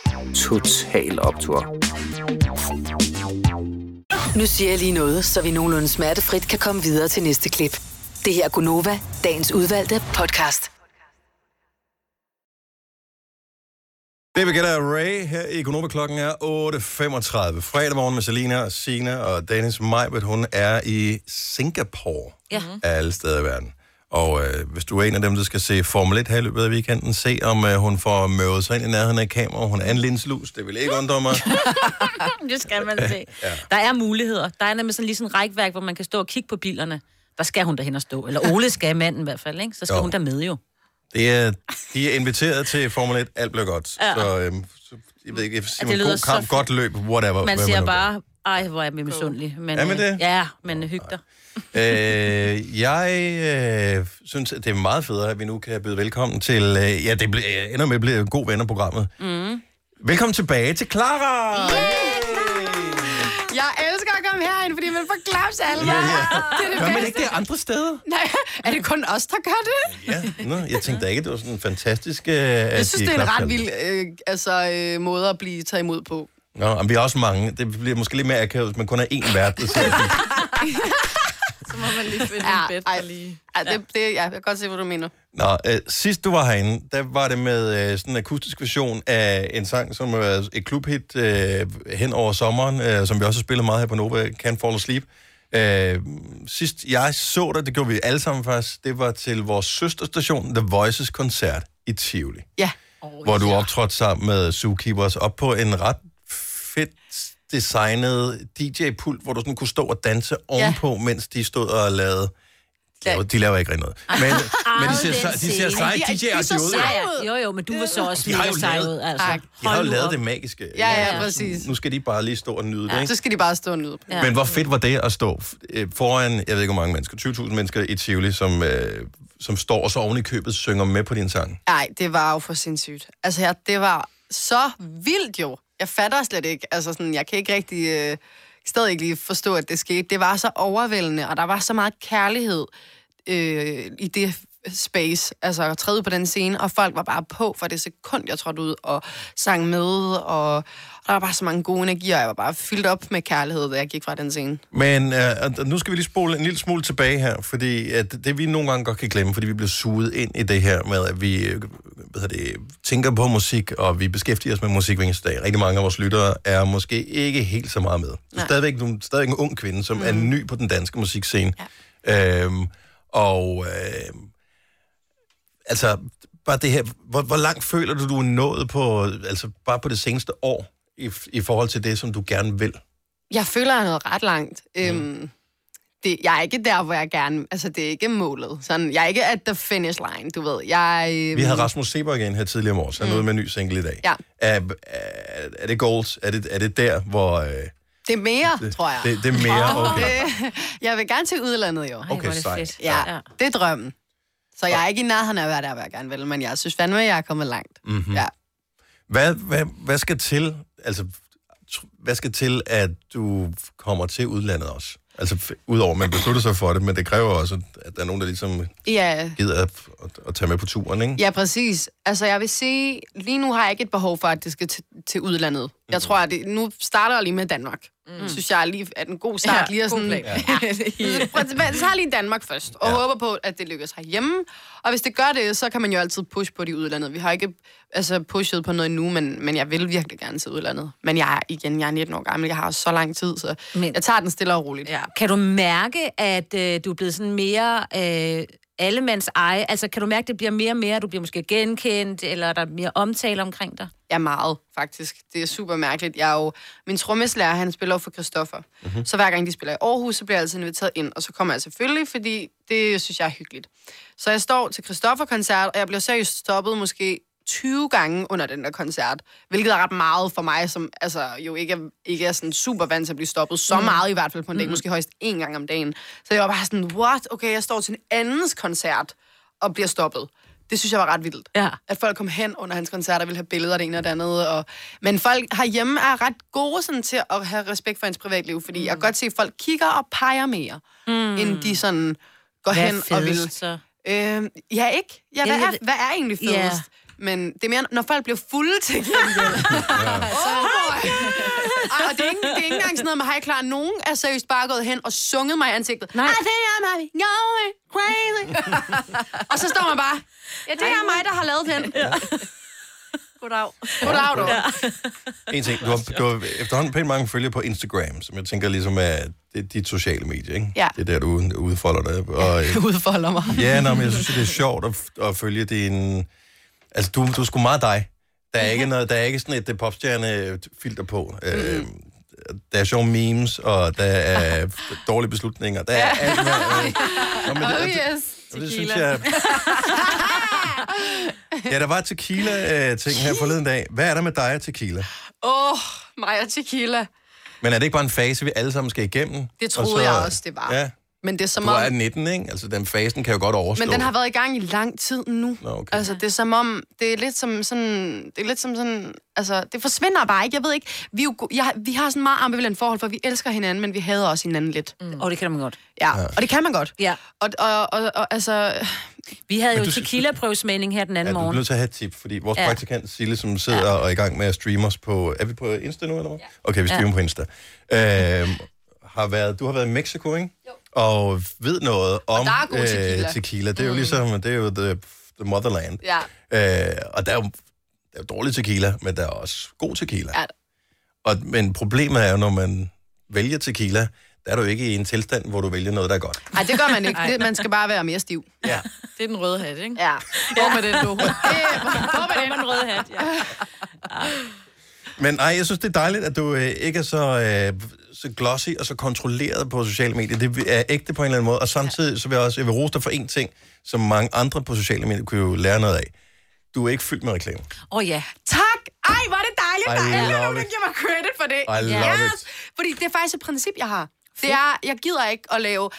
Total Optor.
Nu siger jeg lige noget, så vi nogenlunde smertefrit kan komme videre til næste klip. Det her er Gunova, dagens udvalgte podcast.
Det vi kalder Ray her i Konoba. Klokken er 8.35. Fredag morgen med Selina, Sina og Dennis Majbert. Hun er i Singapore
Ja.
af alle steder i verden. Og øh, hvis du er en af dem, der skal se Formel 1 her i løbet af weekenden, se om øh, hun får møvet sig ind i nærheden af kameraet. Hun er en linslus, det vil ikke undre mig.
det skal man se. Der er muligheder. Der er nemlig sådan lige sådan en rækværk, hvor man kan stå og kigge på bilerne. Der skal hun derhen og stå. Eller Ole skal manden i hvert fald, ikke? Så skal
Jo.
jo. hun der med jo.
Det er, de er inviteret til Formel 1, alt bliver godt.
Ja.
Så, øh, så jeg ved ikke, jeg siger,
Ja, det
man,
lyder
god
så
kamp,
fedt.
godt løb, whatever.
Man
hvad
siger
nu gør.
bare, ej, hvor er jeg misundelig. Men,
Er man
øh,
det?
Ja, men hyg dig.
øh, jeg øh, synes, at det er meget federe, at vi nu kan byde velkommen til... Øh, ja, det ble, øh, ender med at blive god venner programmet.
Mm.
Velkommen tilbage til Clara!
Jeg elsker at komme herind, fordi man får klaps af alle yeah, Det er det
Gør man
bedste.
ikke det andre steder?
Nej, er det kun os, der gør det?
Ja, nå, jeg tænkte da ikke, det var sådan en fantastisk... Øh, jeg
Jeg synes, det er en ret vild øh, altså, øh, måde at blive taget imod på.
Nå, men vi er også mange. Det bliver måske lidt mere akavet, hvis man kun er én vært. der sidder.
Så må man lige finde ja, et bed lige. Ej, det, det, ja, jeg kan godt se, hvad du mener.
Nå, øh, sidst du var herinde, der var det med øh, sådan en akustisk version af en sang, som er et klubhit øh, hen over sommeren, øh, som vi også har spillet meget her på Nova, Can't Fall Asleep. Øh, sidst jeg så dig, det gjorde vi alle sammen faktisk, det var til vores søsterstation, The Voices koncert i Tivoli.
Ja.
Oh, hvor du optrådte sammen med Zookeepers op på en ret fedt designet DJ-pult, hvor du sådan kunne stå og danse ovenpå, ja. mens de stod og lavede... Ja. De laver ikke rigtig noget. Men, men de ser, sej- de ser seje DJ'er ud. jo.
Jo, jo, men du var så også
De har
mega
jo
sej
lavet-
ud, altså.
Tak. De har jo lavet det magiske. Altså,
Ja, ja, præcis.
Nu skal de bare lige stå og nyde det,
Ja,
ikke?
så skal de bare stå og nyde.
Ja. Men hvor fedt var det at stå f- øh, foran, jeg ved ikke hvor mange mennesker, 20.000 mennesker i Tivoli, som, øh, som står og så oven i købet synger med på din sang.
Nej, det var jo for sindssygt. Altså, jeg, det var så vildt jo. Jeg fatter slet ikke. Altså, sådan, jeg kan ikke rigtig... Øh, stadig ikke lige forstå, at det skete. Det var så overvældende, og der var så meget kærlighed øh, i det space, altså at træde ud på den scene, og folk var bare på for det sekund, jeg trådte ud og sang med, og, og der var bare så mange gode energier, og jeg var bare fyldt op med kærlighed, da jeg gik fra den scene.
Men øh, og nu skal vi lige spole en lille smule tilbage her, fordi at det vi nogle gange godt kan glemme, fordi vi bliver suget ind i det her med, at vi øh, hvad hedder det, tænker på musik, og vi beskæftiger os med musik hver eneste dag. Rigtig mange af vores lyttere er måske ikke helt så meget med. Det er
Nej.
stadigvæk, nogle- stadigvæk en ung kvinde, som mm. er ny på den danske musikscene. Ja. Øhm, og øh, altså, bare det her, hvor, hvor langt føler du, du er nået på, altså bare på det seneste år, i, i forhold til det, som du gerne vil?
Jeg føler, jeg er nået ret langt. Øhm, det, jeg er ikke der, hvor jeg gerne... Altså, det er ikke målet. Sådan, jeg er ikke at the finish line, du ved. Jeg, øhm,
Vi havde Rasmus Seberg igen her tidligere om året, så han er
Mm.
ude med en ny single i dag.
Ja,
Er, er, er det goals? Er det, er det der, hvor... Øh,
det er mere,
det,
tror jeg.
Det, det er mere, okay.
Det, jeg vil gerne til udlandet, jo.
hvor er det sejt. fedt.
Ja, det er drømmen. Så jeg er ikke i nærheden af at være der, hvor jeg gerne vil, men jeg synes fandme, at jeg er kommet langt.
Mm-hmm.
Ja.
Hvad, hvad, hvad skal til, altså, tr- hvad skal til, at du kommer til udlandet også? Altså, f- udover at man beslutter sig for det, men det kræver også, at der er nogen, der ligesom
Ja,
gider at, at, at tage med på turen, ikke?
ja præcis. Altså, jeg vil sige, lige nu har jeg ikke et behov for, at det skal til- til udlandet. Jeg tror, at det, nu starter jeg lige med Danmark. Mm. Synes jeg lige er en god start.
Mhm. Ja,
lige at
god
sådan,
plan. Ja.
Så prøv at tilbage- så har jeg lige Danmark først, og ja. håber på, at det lykkes herhjemme. Og hvis det gør det, så kan man jo altid push på de udlandet. Vi har ikke altså, pushet på noget endnu, men, men jeg vil virkelig gerne til udlandet. Men jeg er, igen, jeg er 19 år gammel, jeg har så lang tid, så men. jeg tager den stille og roligt. Ja.
Kan du mærke, at øh, du er blevet sådan mere øh, allemands eje? Altså, kan du mærke, at det bliver mere og mere, at du bliver måske genkendt, eller er der mere omtale omkring dig?
Ja, meget, faktisk. Det er super mærkeligt. Jeg er jo, min trommeslærer, han spiller jo for Christoffer. Mm-hmm. Så hver gang de spiller i Aarhus, så bliver jeg altid inviteret ind, og så kommer jeg selvfølgelig, fordi det synes jeg er hyggeligt. Så jeg står til Christoffer-koncert, og jeg bliver seriøst stoppet måske 20 gange under den der koncert, hvilket er ret meget for mig, som altså, jo ikke er, ikke er sådan super vant til at blive stoppet så
Mm.
meget i hvert fald på en dag,
Mm.
måske højst én gang om dagen. Så jeg var bare sådan, what? Okay, jeg står til en andens koncert og bliver stoppet. Det synes jeg var ret vildt.
Ja.
At folk kom hen under hans koncerter og ville have billeder af det ene og det andet. Og... Men folk herhjemme er ret gode sådan, til at have respekt for ens privatliv, fordi mm. jeg kan godt se, at folk kigger og peger mere, mm. end de sådan går
Hvad er
hen og vil.
fedest, så?
Øh, ja, ikke? Ja, hvad,
Jamen, jeg
er,
ved-
hvad er egentlig fedest?
Ja.
Yeah. Men det er mere, når folk bliver fulde til gengæld. Ej, og det er, ikke, det er ikke engang sådan noget med, hej klar, nogen er seriøst bare gået hen og sunget mig i ansigtet. Nej. det er mig. No, crazy. og så står man bare, ja, det er mig, der har lavet den. Ja. Goddag. Goddag, du. Ja.
En ting, du har, du har efterhånden pænt mange følgere på Instagram, som jeg tænker ligesom er det er dit sociale medie, ikke?
Ja.
Det er der, du ud- udfolder dig. Og, øh,
Udfolder mig.
ja, nå, men jeg synes, det er sjovt at, f- at følge din... Altså, du, du er sgu meget dig. Der er ikke, noget, der er ikke sådan et øh, popstjerne-filter på. Øh, der er sjove memes, og der er dårlige beslutninger. Der er alt, hvad, Nå, men
oh,
det-
yes.
Jamen, det synes jeg- ja, der var et tequila-ting her forleden dag. Hvad er der med dig og tequila?
Åh, oh, mig og tequila.
Men er det ikke bare en fase, vi alle sammen skal igennem?
Det
Og
troede så, jeg også, det var.
Ja.
Men det er som
du
om...
er 19, ikke? Altså, den fasen kan jo godt overstå.
Men den har været i gang i lang tid nu.
Nå, okay.
Altså, det er som om, det er lidt som sådan, det er lidt som sådan, altså, det forsvinder bare ikke. Jeg ved ikke, vi, er jo, go- jeg, vi har sådan meget ambivalent forhold, for vi elsker hinanden, men vi hader også hinanden lidt. Mm.
Og det kan man godt.
Ja, ja, og det kan man godt.
Ja.
Og, og, og, og altså...
Vi havde
Men du-
jo tequila-prøvesmagning her den
Ja,
anden
du er
morgen.
nødt til at have et tip, fordi vores
Ja.
ja. praktikant Sille, som sidder ja. og er i gang med at streame os på... Er vi på Insta nu, eller hvad? Ja. Okay, vi streamer
Ja.
ja. på Insta. Øhm, har været, du har været i Mexico, ikke? Jo. Og ved noget om
der er god tequila.
Øh, tequila. Det er jo ligesom, det er jo the, the motherland.
Ja.
Øh, og der er, jo, der er jo dårlig tequila, men der er også god tequila.
Ja.
Og, men problemet er jo, når man vælger tequila, der er du ikke i en tilstand, hvor du vælger noget, der er godt.
Nej, det gør man ikke. Det, man skal bare være mere stiv.
Ja.
Det er den røde hat, ikke? Ja. Hvor med den, du? Hvor med den røde hat, ja.
Men nej, jeg synes, det er dejligt, at du øh, ikke er så, øh, så glossy og så kontrolleret på sociale medier. Det er ægte på en eller anden måde. Og samtidig så vil jeg også jeg vil rose dig for en ting, som mange andre på sociale medier kunne jo lære noget af. Du er ikke fyldt med reklamer.
Mm.
Åh oh, ja.
Tak! Ej, var det dejligt,
I
der er
love
alle nogen, der
it.
giver mig credit for det.
I love it.
Fordi det er faktisk et princip, jeg har. Det er, jeg gider ikke at lave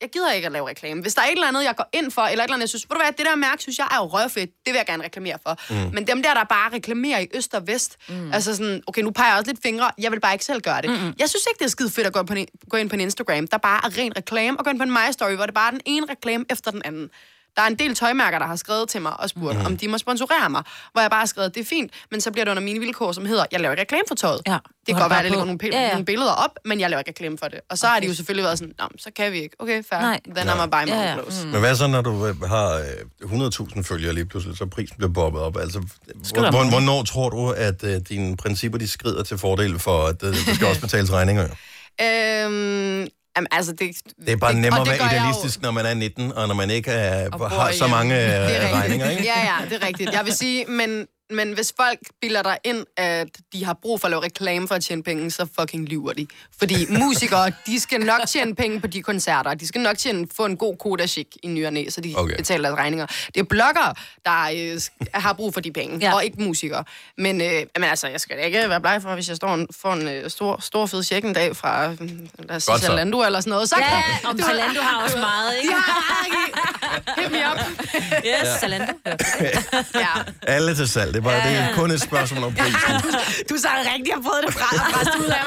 jeg gider ikke at lave reklame. Hvis der er et eller andet, jeg går ind for, eller et eller andet, jeg synes, ved du hvad, det der mærke, synes jeg er jo røvfedt, det vil jeg gerne reklamere for.
Mm.
Mm. Men dem der, der bare reklamerer i øst og vest,
Mm.
mm. altså sådan, okay, nu peger jeg også lidt fingre, jeg vil bare ikke selv gøre det. Mm-hmm. Jeg synes ikke, det er skide fedt at gå, på en, gå ind på en Instagram, der bare er ren reklame, og gå ind på en My Story, hvor det bare er den ene reklame efter den anden. Der er en del tøjmærker, der har skrevet til mig og spurgt,
Mhm.
mm. om de må sponsorere mig, hvor jeg bare har skrevet, det er fint, men så bliver det under mine vilkår, som hedder, jeg laver ikke reklame for tøjet.
Ja.
Det kan
har
godt være,
bare
at jeg lægger
på.
nogle,
Ja,
ja,
ja.
ja. nogle billeder op, men jeg laver ikke reklame for det. Og så har de jo selvfølgelig været sådan, Nå, men så kan vi ikke. Okay, fair.
Nej.
Nej. Then I'm a buy my
Ja,
ja,
ja.
ja. clothes.
Men hvad så, når du øh, har øh, 100.000 følgere lige pludselig, så prisen bliver bobbet op? Altså,
der
hvor, hvor,
mange.
hvornår tror du, at øh, dine principper de skrider til fordel for, at øh, der skal også betales regninger? jo?
Øhm, jamen, altså, det,
Det er bare nemmere
og
at
det gør
være
jeg jo.
idealistisk, når man er 19, og når man ikke er,
bor
har så
hjemme.
mange
Det er
øh,
rigtigt.
regninger. Ikke?
Ja, ja, det er rigtigt. Jeg vil sige, men, men hvis folk bilder dig ind, at de har brug for at lave reklame for at tjene penge, så fucking lyver de. Fordi musikere, de skal nok tjene penge på de koncerter, og de skal nok tjene, få en god kodashik i ny og næ, så de
Okay.
okay. betaler deres regninger. Det er bloggere, der øh, sk- har brug for de penge, ja. og ikke musikere. Men, øh, men altså, jeg skal da ikke være bleg for, hvis jeg står en, får en øh, stor, stor fed check en dag fra, øh, lad os sige,
Godt så.
Zalando eller sådan noget. Så
Ja, om
kan- du ved-
Zalando har også meget, ikke?
De har meget, ikke? Hit me up.
Yes,
Ja.
Zalando.
Alle til salg. Det er bare ja, ja. det er kun et spørgsmål om pris.
Du så rigtig har fået det fra, fra ud af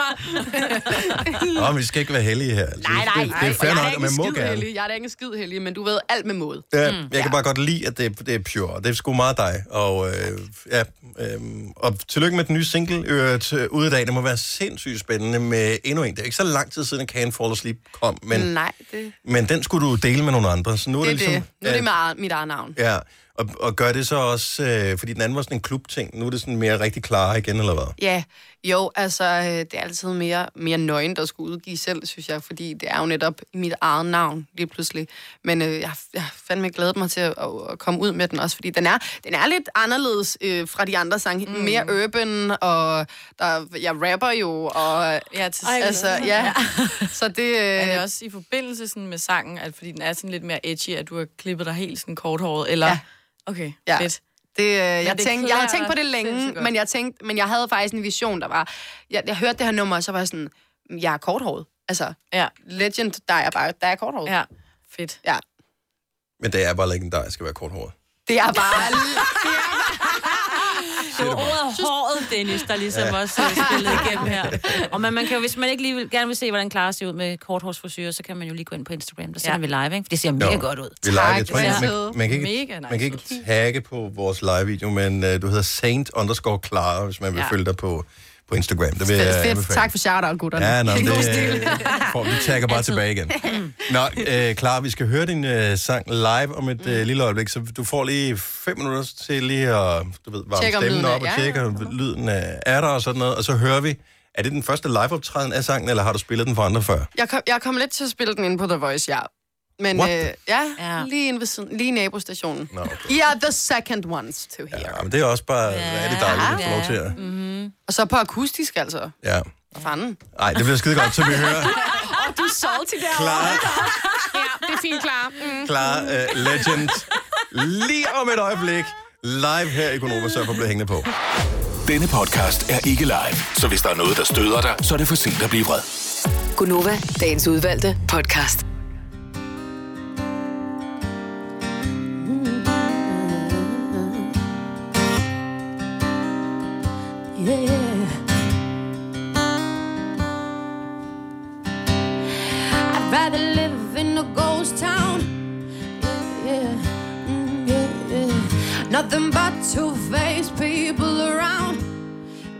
mig.
Nå, men vi skal ikke være heldige her. Altså,
nej, nej.
det, det er fair
Og jeg
nok,
ikke
og man
en
må
skid
gerne.
heldig. Jeg er da ikke en skid heldig, men du ved alt med måde.
Ja, mm, jeg kan bare godt lide, at det, det er pure. og Det er sgu meget dig. Og, øh, ja, øh, og tillykke med den nye single øh, til- ude i dag. Det må være sindssygt spændende med endnu en. Det er ikke så lang tid siden, at Can Fall Asleep kom, men,
Nej, det,
men den skulle du dele med nogle andre. Så nu er
det
det,
er
ligesom...
det. Nu er
øh,
det med mit eget navn.
Ja, og, og gør det så også... Øh, fordi den anden var sådan en klubting. Nu er det sådan mere rigtig klare igen, eller hvad?
Ja, jo, altså, øh, det er altid mere, mere nøgen, der skulle udgive selv, synes jeg, fordi det er jo netop mit eget navn lige pludselig. Men øh, jeg, har- jeg har fandme glædet mig til at, at, at komme ud med den også, fordi den er, den er lidt anderledes øh, fra de andre sange. Mm. Mere urban, og der, jeg rapper jo, og ja, til,
Ej,
altså,
hvor-
ja. Så det... Øh,
Er det også i forbindelse sådan med sangen, at fordi den er sådan lidt mere edgy, at du har klippet dig helt sådan korthåret, eller?
Ja.
Okay,
Ja.
fedt.
Det, øh, jeg,
det
tænkte, jeg havde
klæder
tænkt på det
dig
længe,
sindssygt godt.
men jeg, tænkte, men jeg havde faktisk en vision, der var... Jeg, jeg hørte det her nummer, og så var jeg sådan, "Mm, jeg er korthåret. Altså,
ja.
legend, der er bare der er korthåret.
Ja, fedt.
Ja,
Men det er bare legendarisk at være korthåret.
det er bare...
Det var ordet håret, Dennis, der ligesom ja. også øh, spillede igennem her. Og man, man kan jo, hvis man ikke lige vil, gerne vil se, hvordan Clara ser ud med korthårsfrisyrer, så kan man jo lige gå ind på Instagram, der sender ja. vi live, ikke? For det ser mega
Jo,
godt ud.
Vi live, jeg tror,
Ja.
ikke, man, man, kan ikke,
Mega nice
man kan ikke tagge på vores live-video, men uh, du hedder Saint underscore Clara, hvis man vil
Ja.
følge dig på, på Instagram. Det vil jeg
fedt, fedt.
anbefale.
Tak for shout-out, gutterne.
Ja, nå,
Det er god stil.
det, for, vi tagger bare tilbage igen. Nå, øh, Clara, vi skal høre din øh, sang live om et øh, lille øjeblik, så du får lige fem minutter til lige at du ved, varme
Tjekke om
stemmen
lyden er-
op og
ja,
tjekke, om lyden er, er der og sådan noget, og så hører vi, er det den første liveoptræden af sangen, eller har du spillet den for andre før?
Jeg kom, jeg kom lidt til at spille den ind på The Voice, ja. Men øh,
What
ja,
the-
ja, lige, inde ved siden, lige i nabostationen.
Nå, okay.
I are the second ones to hear.
Jamen, det er også bare, ja. er det dejligt, at du får lov til at...
Mm-hmm. Og så på akustisk, altså.
Ja.
Hvad fanden?
Ej, det bliver skide godt, så vi hører
Og du er salty derovre.
Klar.
Ja, det er fint, klar. Mm.
Klar uh, Legend lige om et øjeblik live her i Konoba, så jeg får blevet hængende på.
Denne podcast er ikke live, så hvis der er noget, der støder dig, så er det for sent at blive vred.
Gunova, dagens udvalgte podcast.
Yeah. I'd rather live in a ghost town. Yeah, yeah, mm, yeah, yeah. Nothing but two-faced people around.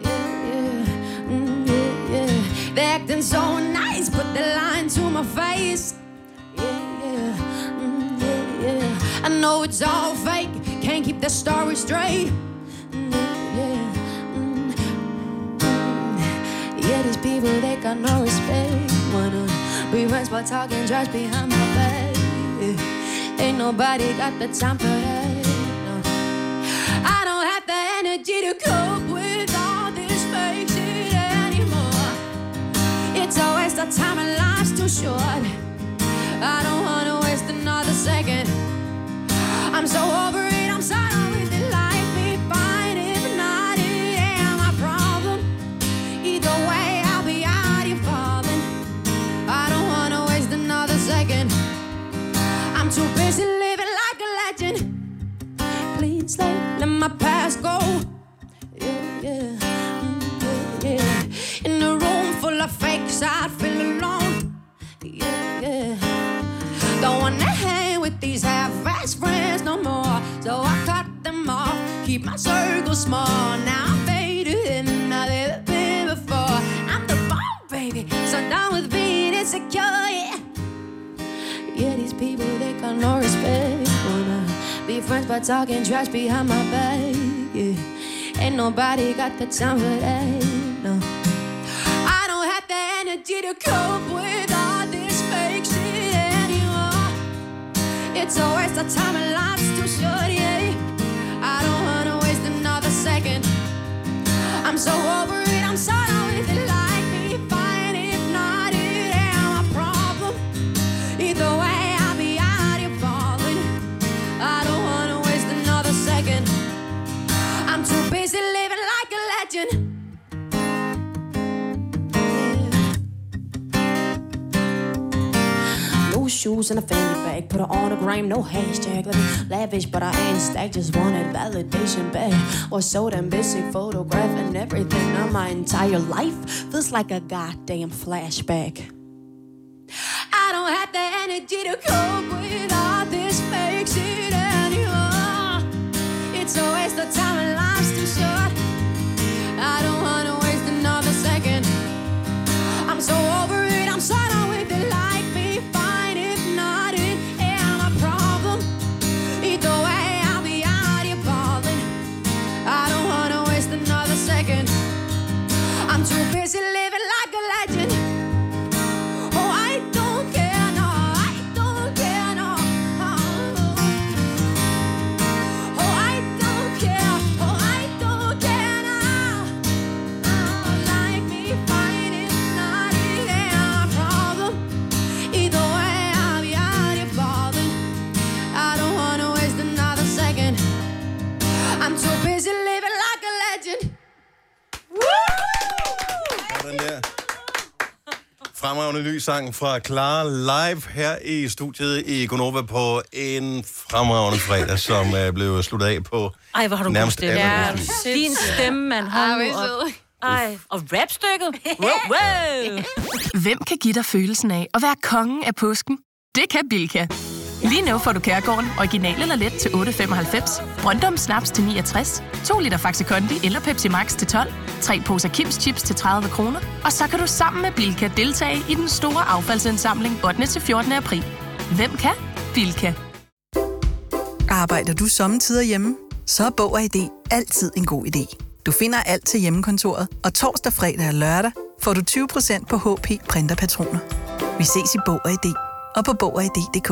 Yeah, yeah, mm, yeah, yeah. They're acting so nice, but they're lying to my face. Yeah, yeah, mm, yeah, yeah. I know it's all fake. Can't keep the story straight. Mm, yeah, yeah. Mm, Yeah, these people, they got no respect. Wanna be friends while talking trash behind my back. Yeah. Ain't nobody got the time for that. No. I don't have the energy to cope with all this fake. It's a waste of time and life's too short. I don't wanna waste another second. I'm so over it, I'm sorry that life be fine. If not, it ain't my problem. Either way, I'll be out here falling. I don't wanna waste another second. I'm too busy living like a legend. Please let, let my past go. Yeah, yeah, mm, yeah, yeah. In a room full of fakes, I feel alone. Yeah, yeah. Don't wanna hang with these half-ass friends no more. So I cut them off, keep my circle small. Now I'm faded and I've never been before. I'm the bomb, baby. So done with being insecure. Yeah. Yeah, these people, they got no respect. Wanna be friends but talking trash behind my back. Yeah. Ain't nobody got the time for that. No. I don't have the energy to cope with all this fake shit anymore. It's a waste of time and life's too short, yeah. I don't wanna waste another second. I'm so over it, I'm sorry if it like me fine. If not, it ain't my problem. Either way, I'll be out here falling. I don't wanna waste another second. I'm too busy living like a legend.
No shoes and a fanny bag, put her on a gram, no hashtag. Living lavish, but I ain't stacked, just wanted validation, babe. Was so damn busy photographing everything. Now my entire life feels like a goddamn flashback.
I don't have the energy to cope with all this fake shit anymore. It's a waste of time and life's too short. I don't wanna waste another second. I'm so over it, I'm sorry if they like me fine. If not, it ain't my problem. Either way, I'll be out here balling. I don't wanna waste another second. I'm too busy living like a legend. Oh, I don't care, no, I don't care, no. Oh, I don't care, oh, I don't care now. Like me, fine, if not, it ain't my problem. Either way, I'll be out here balling. I don't wanna waste another second. I'm too busy living like a legend.
Sådan der. Fremragende ny sang fra Clara live her i studiet i Gonova på en fremragende fredag, som uh, blev sluttet af på
Ej, hvor har du god
nærmest
stemme.
alle
Ja,
mulige.
din stemme, mand. Hold nu op. Ej, og rapstykket. Wow, wow.
Mm-hmm. Hvem kan give dig følelsen af at være kongen af påsken? Det kan Bilka! Lige nu får du Kærgården original eller let til 8.95, Brøndum Snaps til 69, 2 liter Faxi Kondi eller Pepsi Max til 12, 3 poser Kims Chips til 30 kroner, og så kan du sammen med Bilka deltage i den store affaldsindsamling 8. til 14. april. Hvem kan? Bilka.
Arbejder du sommetider hjemme? Så er Bog og ID altid en god idé. Du finder alt til hjemmekontoret, og torsdag, fredag og lørdag får du 20% på HP printerpatroner. Vi ses i Bog og ID og på Bog og ID.dk.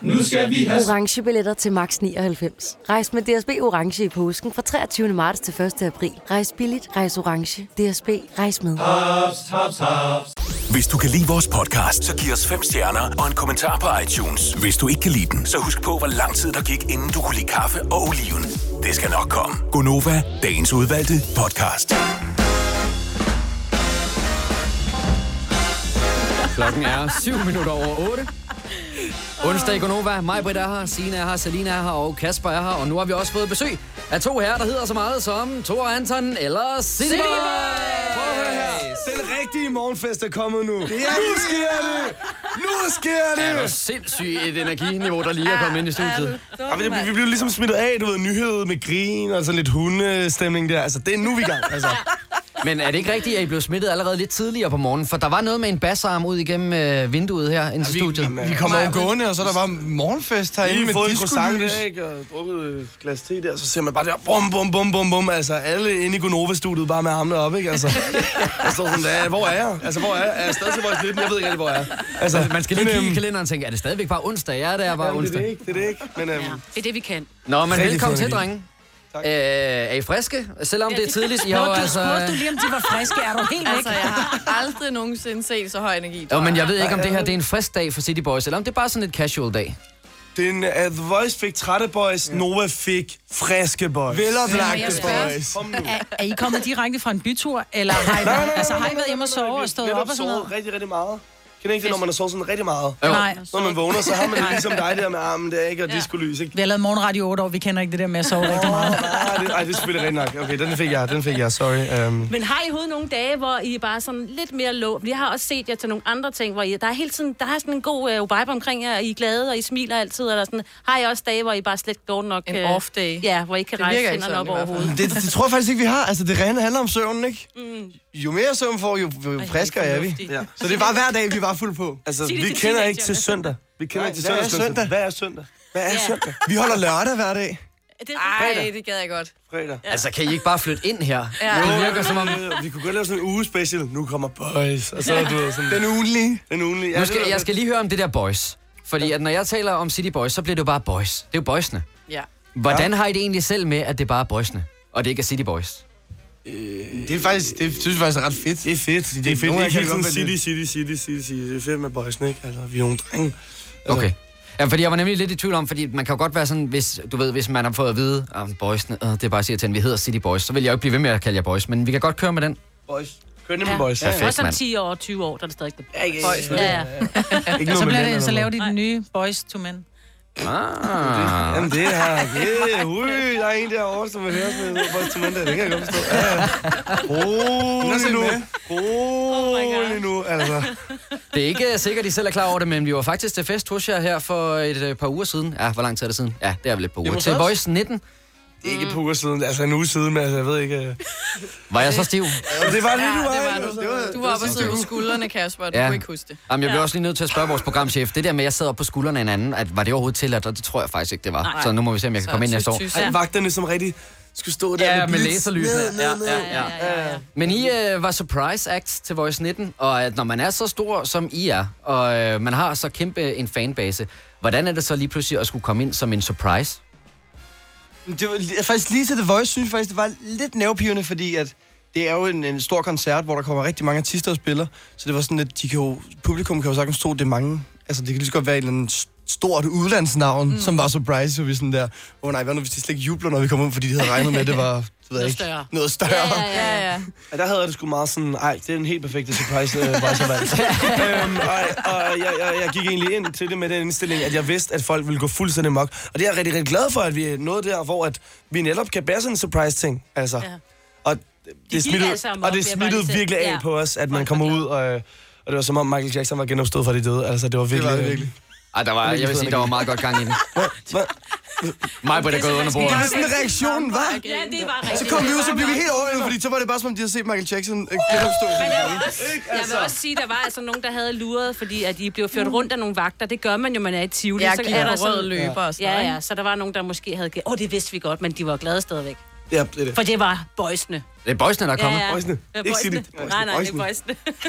Nu skal vi have
orange billetter til max 99. Rejs med DSB orange i påsken fra 23. marts til 1. april. Rejs billigt, rejs orange. DSB rejs med.
haps, haps, haps.
Hvis du kan lide vores podcast, så giv os fem stjerner og en kommentar på iTunes. Hvis du ikke kan lide den, så husk på, hvor lang tid der gik, inden du kunne lide kaffe og oliven. Det skal nok komme.
Gonova,
Dagens udvalgte podcast.
Klokken er 7 minutter over 8. Onsdag i Gonova. Mig, Britt er her, Signe er her, Selina er her og Kasper er her. Og nu har vi også fået besøg af to herrer, der hedder så meget som Thor Anton eller City Boy. Prøv at høre her.
Den rigtige morgenfest er kommet nu.
Det
Det
er
er nu sker det! Nu sker
Det
det!
er jo sindssygt et energiniveau, der lige Ah, er kommet ind i studiet.
Ja, men det- vi blev ligesom smittet af, du ved, nyhed med grin og sådan lidt hundestemning der. Altså, det er nu vi er i gang, altså.
Men er det ikke rigtigt, at I blev smittet allerede lidt tidligere på morgenen? For der var noget med en bassarm ud igennem øh, vinduet her ind til studiet.
Vi kommer jo gående, og så er der bare morgenfest herinde
Lige
med
fået en
disco
croissant,
lys. ikke? Og drukket et glas te der, så ser man bare der, bum, bum, bum, bum, bum. Altså, alle inde i Gonova-studiet bare med armene op, ikke? Altså, jeg står sådan, "Hvad- hvor er jeg? Altså, hvor er jeg? Er jeg stadig til vores lidt? Jeg ved ikke rigtig, hvor jeg er.
Altså, man skal lige
men,
kigge i
øhm,
kalenderen og tænke, er det stadigvæk bare onsdag? Ja, det er bare
Jamen, det er
onsdag.
det ikke, det er det ikke. Men, øhm,
Det er det, vi kan.
Nå, men
Rigtig
velkommen
fed
til,
idé.
drenge. Øh, er I friske? Selvom det er tidligt, I har jo
Spurgte du-
altså...
spurgte du lige, om de var friske? Er du helt væk?
Altså, jeg har aldrig nogensinde set så høj energi. tror
Jo, men jeg ved ikke, om det
øh-
her det er en frisk dag for City Boys, eller om det er bare sådan et casual dag.
Den, uh, The Voice fik trætte boys, Nova fik friske boys.
Ja,
Veloplagte
jeg spørger,
boys.
Er, er I kommet direkte fra en bytur, eller har I,
Nej, nej, nej,
altså, har
nej,
I
nej,
været hjemme og sovet og stået
netop
op og sådan noget?
sovet rigtig, rigtig meget. Kan ikke det, når man har sovet sådan rigtig meget?
Jo. Nej.
Når man vågner, så har man det ligesom dig der med armen der, ikke? Og ja. diskolys, ikke?
Vi har lavet morgenradio i 8 år, vi kender ikke det der med at sove rigtig meget.
Ej, "Ah, det, ej, det er selvfølgelig rigtig nok. Okay, den fik jeg, den fik jeg, sorry. Um,
Men har I overhovedet nogle dage, hvor I er bare sådan lidt mere lå? Jeg har også set jer til nogle andre ting, hvor I, der er hele tiden, der er sådan en god øh, vibe omkring jer, og I er glade, og I smiler altid, eller sådan. Har I også dage, hvor I bare slet ikke går nok... En
off day.
Ja, hvor I ikke kan
Det
rejse
virker ikke
hænderne op
sådan i hvert fald.
overhovedet.
det, det, tror jeg faktisk ikke, vi har. Altså, det rene handler om søvnen, ikke?
Mm.
Jo mere søvn får, jo, jo friskere er vi. Ja. Så det er bare hver dag, vi er bare fuld på. Altså,
Sig det vi til kender ikke til teenagerne. søndag.
Vi
kender ikke til
hvad er
søndagsgospel.
søndag? Hvad er søndag? Hvad er søndag? Vi holder lørdag hver dag.
Ej, det gad jeg godt.
Fredag.
Ja. Altså, kan I ikke bare flytte ind her?
Ja.
Det virker som om...
Vi kunne godt lave sådan en uge special. Nu kommer boys. Og så er du ved, sådan... Den ugenlige. Den ugenlige. Ja,
Nu
det
skal,
ved
jeg skal lige høre om det der boys. Fordi at når jeg taler om City Boys, så bliver det jo bare boys. Det er jo boysene.
Ja.
Hvordan har I det egentlig selv med, at det bare er boysene, og det ikke er City Boys?
Øh, Det er faktisk, det synes jeg faktisk er ret fedt. Det er fedt. Det er, fedt.
Nogle
Det er
af jer
ikke hele
kan
tiden
godt være
city, city, city, city, city. Det er fedt med boysene, ikke? Altså, vi er nogle drenge. Altså-
Okay. Ja, fordi jeg var nemlig lidt i tvivl om, fordi man kan jo godt være sådan, hvis, du ved, hvis man har fået at vide, at boysene, øh, det er bare at vi hedder City Boys, så vil jeg jo ikke blive ved med at kalde jer boys, men vi kan godt køre med den.
Boys. Kør det
med boys. Ja, fedt,
Også om
mand.
10 år og 20 år, der er det stadig ikke
ja, ja.
Ja, ja.
Ikke noget
Så, bliver
med mænd eller
det, så
noget.
laver de den nye Boys to Men.
Ah. Jamen det her, det er, ui, der er en derovre, som vil høre os med vores tomater, det kan jeg godt forstå. Ja, ja. Rolig nu, rolig nu, altså.
Det er ikke øh, sikkert, I selv er klar over det, men vi var faktisk til fest hos jer her for et øh, par uger siden. Ja, hvor lang tid er det siden? Ja, det er vel et par uger.
må
Til
godt.
Voice 19
Det er ikke et par uger siden, altså en uge siden, men altså, jeg ved ikke. øh.
var jeg så stiv.
Jamen, det var lige, du
Ja,
var,
det var
ikke?
du.
Det var-
Du
det
var
var
oppe og
sådan
sidde på
en uge.
skuldrene, Kasper, og du
Ja.
kunne ikke huske det.
Jamen, jeg bliver også lige nødt til at spørge vores programchef. Det der med, at jeg sad op på skuldrene af en anden, at var det overhovedet tilladt, og det tror jeg faktisk ikke, det var.
Nej.
Så nu må vi se, om jeg kan
Så
komme ind næste år.
Ej, vagterne som rigtig skulle stå der
Ja, med
blitz.
laserlysene.
Ned, ned,
Ja,
ned.
ja, ja. Men I øh, var surprise act til Voice 19, og at når man er så stor, som I er, og øh, man har så kæmpe en fanbase, hvordan er det så lige pludselig at skulle komme ind som en surprise?
Det var li- faktisk lige til The Voice, synes jeg faktisk, det var lidt nervepirrende, fordi at det er jo en, en stor koncert, hvor der kommer rigtig mange artister og spiller, så det var sådan, at de kan jo, publikum kan jo sagtens tro, det er mange. Altså, det kan lige så godt være et eller andet st- stort udlandsnavn, mm. som var surprise, så vi sådan der, åh oh, nej, hvad nu, hvis de slet ikke jubler, når vi kommer ud, fordi de havde regnet med, at det var, det ved jeg
Noget
ikke,
større.
noget større.
Ja, ja, ja.
Ja, der havde jeg det sgu meget sådan, ej, det er en helt perfekt surprise, øh, Voice har valgt. øhm, og og jeg, jeg, jeg gik egentlig ind til det med den indstilling, at jeg vidste, at folk ville gå fuldstændig mok. Og det er jeg rigtig, rigtig glad for, at vi nåede der, hvor at vi netop kan bære sådan en surprise-ting. Altså. Ja. Og det,
gik
det smittede,
altså
altså
amok,
og det
vil jeg bare
smittede
lige sige.
virkelig af
Ja.
ja. på os, at man kommer ud, og, øh, og det var som om Michael Jackson var genopstået fra de døde. Altså, det var virkelig... var det virkelig.
Ej, der var, jeg vil sige, der var meget godt gang i den. Mig på det gået under bordet.
Det var sådan, reaktionen var.
Ja, det var rigtigt.
Så kom vi ud, så blev vi helt overvældet, fordi så var det bare som om, de havde set Michael Jackson øh, genopstå.
Men jeg vil, også, jeg vil også sige, der var altså nogen, der havde luret, fordi at I blev ført rundt af nogle vagter. Det gør man jo, man er i Tivoli.
Ja,
er
giver
der
på rød løber og sådan
ja,
noget,
ja,
ikke?
så der var nogen, der måske havde... Åh, oh, det vidste vi godt, men de var glade stadigvæk.
Ja, det er det.
For det var boysene.
Det er boysene, der er kommet.
Ja, ja. Boysene. Ja, Ikke City. boysene. Nej, nej, det er boysene.
Og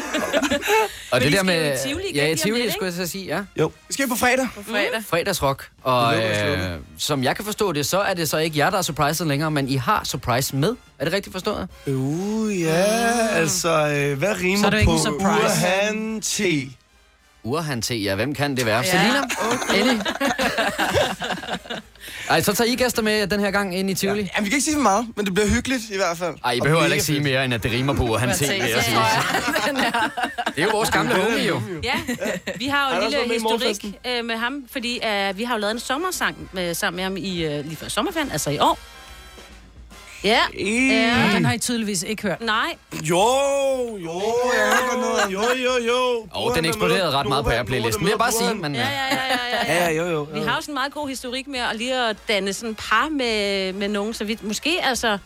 Men
det der
I skal jo
med...
i Tivoli igen
ja,
lige
i
om
Tivoli,
lidt,
skulle jeg så sige, ja.
Jo. Vi skal på fredag.
På fredag.
Fredagsrock.
Det
Og
lukker og slukker.
øh, som jeg kan forstå det, så er det så ikke jer, der er surpriset længere, men I har surprise med. Er det rigtigt forstået?
Uh, ja, altså, øh, hvad rimer
Så er det jo ikke
på
en surprise.
Urhan T?
Urhan T, ja, hvem kan det være? Ja. Selina? Ellie? Ej, så tager I gæster med den her gang ind i Tivoli? Ja.
Jamen, vi kan ikke sige for meget, men det bliver hyggeligt i hvert fald.
Ej, I
Og
behøver
mega
heller ikke sige
fedt.
mere, end at det rimer på Urhan T, vil jeg sige. Det er jo vores gamle homie, jo.
Ja, vi har jo
Han
en lille
er også med i
historik
morgenfesten.
øh, med ham, fordi øh, vi har jo lavet en sommersang med, sammen med ham i, øh, lige før sommerferien, altså i år. Ja.
Ja,
ja.
den har I tydeligvis ikke hørt.
Nej.
Jo, jo, jeg har godt noget. Jo, jo, jo.
Og den eksploderede ret meget på jer playlisten, vil jeg bare sige. Men, øh,
Ja, ja, ja, ja, ja.
Ja, jo, jo.
Øh, Vi har jo sådan en meget god historik med at lige at danne sådan par med, med nogen, så vi måske altså...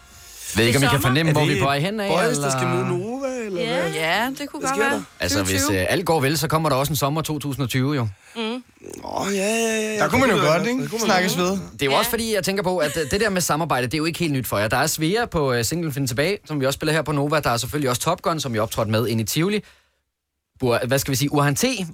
Ved ikke, om I kan fornemme,
Er
hvor
det
vi er på vej hen af?
Boys, der skal
eller?
mod Nova, eller
Ja,
hvad?
ja det kunne
Hvad
godt
sker
være.
Altså, hvis
2020.
øh, alt går vel, så kommer der også en sommer 2020, jo.
Mm.
Åh, oh, ja, ja, ja.
Der kunne man jo godt,
ikke?
ikke?
Snakkes ved.
Det er jo også fordi, jeg tænker på, at øh, det der med samarbejde, det er jo ikke helt nyt for jer. Der er Svea på øh, Singlen Find Tilbage, som vi også spiller her på Nova. Der er selvfølgelig også Top Gun, som vi optrådte med ind i Tivoli. Bur, hvad skal vi sige? Urhan T.
Urhan.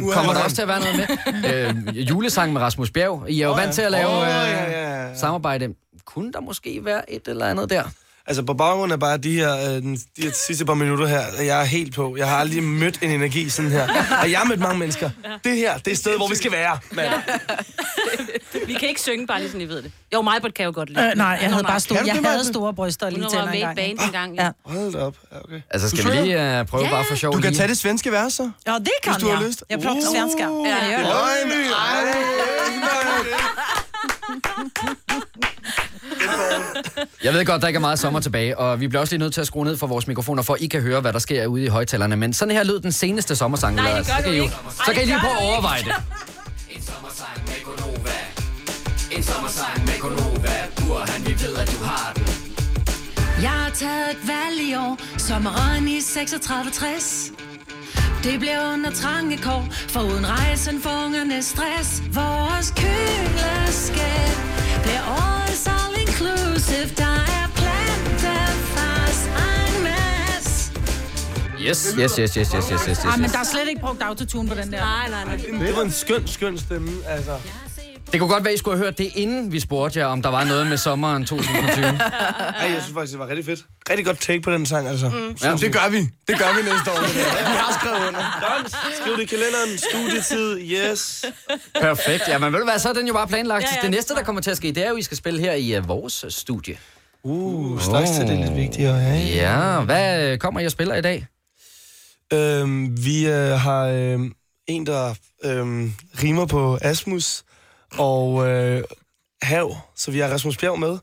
Kommer der
Urhan.
også til at være noget med? øh, julesang med Rasmus Bjerg. I er jo
Åh,
oh,
ja.
vant til at lave øh,
Åh,
oh,
ja,
ja, ja. samarbejde. Kunne der måske være et eller andet der?
Altså, på baggrund af bare de her, øh, den- de her sidste par minutter her, jeg er helt på. Jeg har aldrig mødt en energi sådan her. Og jeg har mødt mange mennesker. Det her, det er et sted, hvor vi skal være, mand.
Vi kan ikke synge, bare lige sådan, I ved det. Jo, Majbert kan jo godt lide.
Øh, nej,
Nå,
jeg havde bare
Kan
store,
du
jeg
det,
havde
Majbert?
store bryster og
Hun
lige
var
tænder
med i
engang.
band engang,
ja.
Hold op. Ja, okay.
Altså, skal
Du
vi
synger?
lige øh, prøve
Ja.
bare for sjov
Du kan
lige?
tage det svenske vers, så.
Ja, det
Hvis
kan
du har
jeg.
lyst.
Jeg plukker
Uh.
svensker. Ja, jeg gør
Løgn, ej.
Jeg ved godt, der ikke er meget sommer tilbage, og vi bliver også lige nødt til at skrue ned for vores mikrofoner, for at I kan høre, hvad der sker ude i højtalerne. Men sådan her lød den seneste sommersang.
Nej, det
Lars.
gør
Så
du
kan I jo-
ikke.
Så
Ej,
kan I
det
lige
gør
prøve
du
at
ikke.
overveje det.
En sommersang med Gonova. En sommersang med Gonova. Burhan, vi ved, at du har den.
Jeg har taget et valg i år, sommeren i 3660. Det blev under trange kår, for uden rejsen for ungerne stress. Vores køleskab bliver årets all inclusive. Der er plantefars en masse.
Yes, yes, yes, yes, yes, yes, yes, yes.
Ah, men der er slet ikke brugt autotune på den der. Nej, nej, nej.
Det var en skøn, skøn stemme, altså.
Det kunne godt være, I skulle have hørt det, inden vi spurgte jer, om der var noget med sommeren 2020.
Ej, jeg synes faktisk, det var rigtig fedt. Rigtig godt take på den sang, altså. Mm.
Ja.
Ja, det gør vi. Det gør vi næste år. det der. Vi har skrevet under. Dans, skriv det i kalenderen. Studietid, yes.
Perfekt. Ja, men ved du hvad, så er den jo bare planlagt. Ja, ja. Det næste, der kommer til at ske, det er jo, I skal spille her i uh, vores studie.
Uh, straks til det er lidt vigtigere. Ja,
Ja, hvad øh, kommer I og spiller i dag?
Øhm, vi øh, har øh, en, der øh, rimer på Asmus og øh, Hav, så vi har Rasmus Bjerg med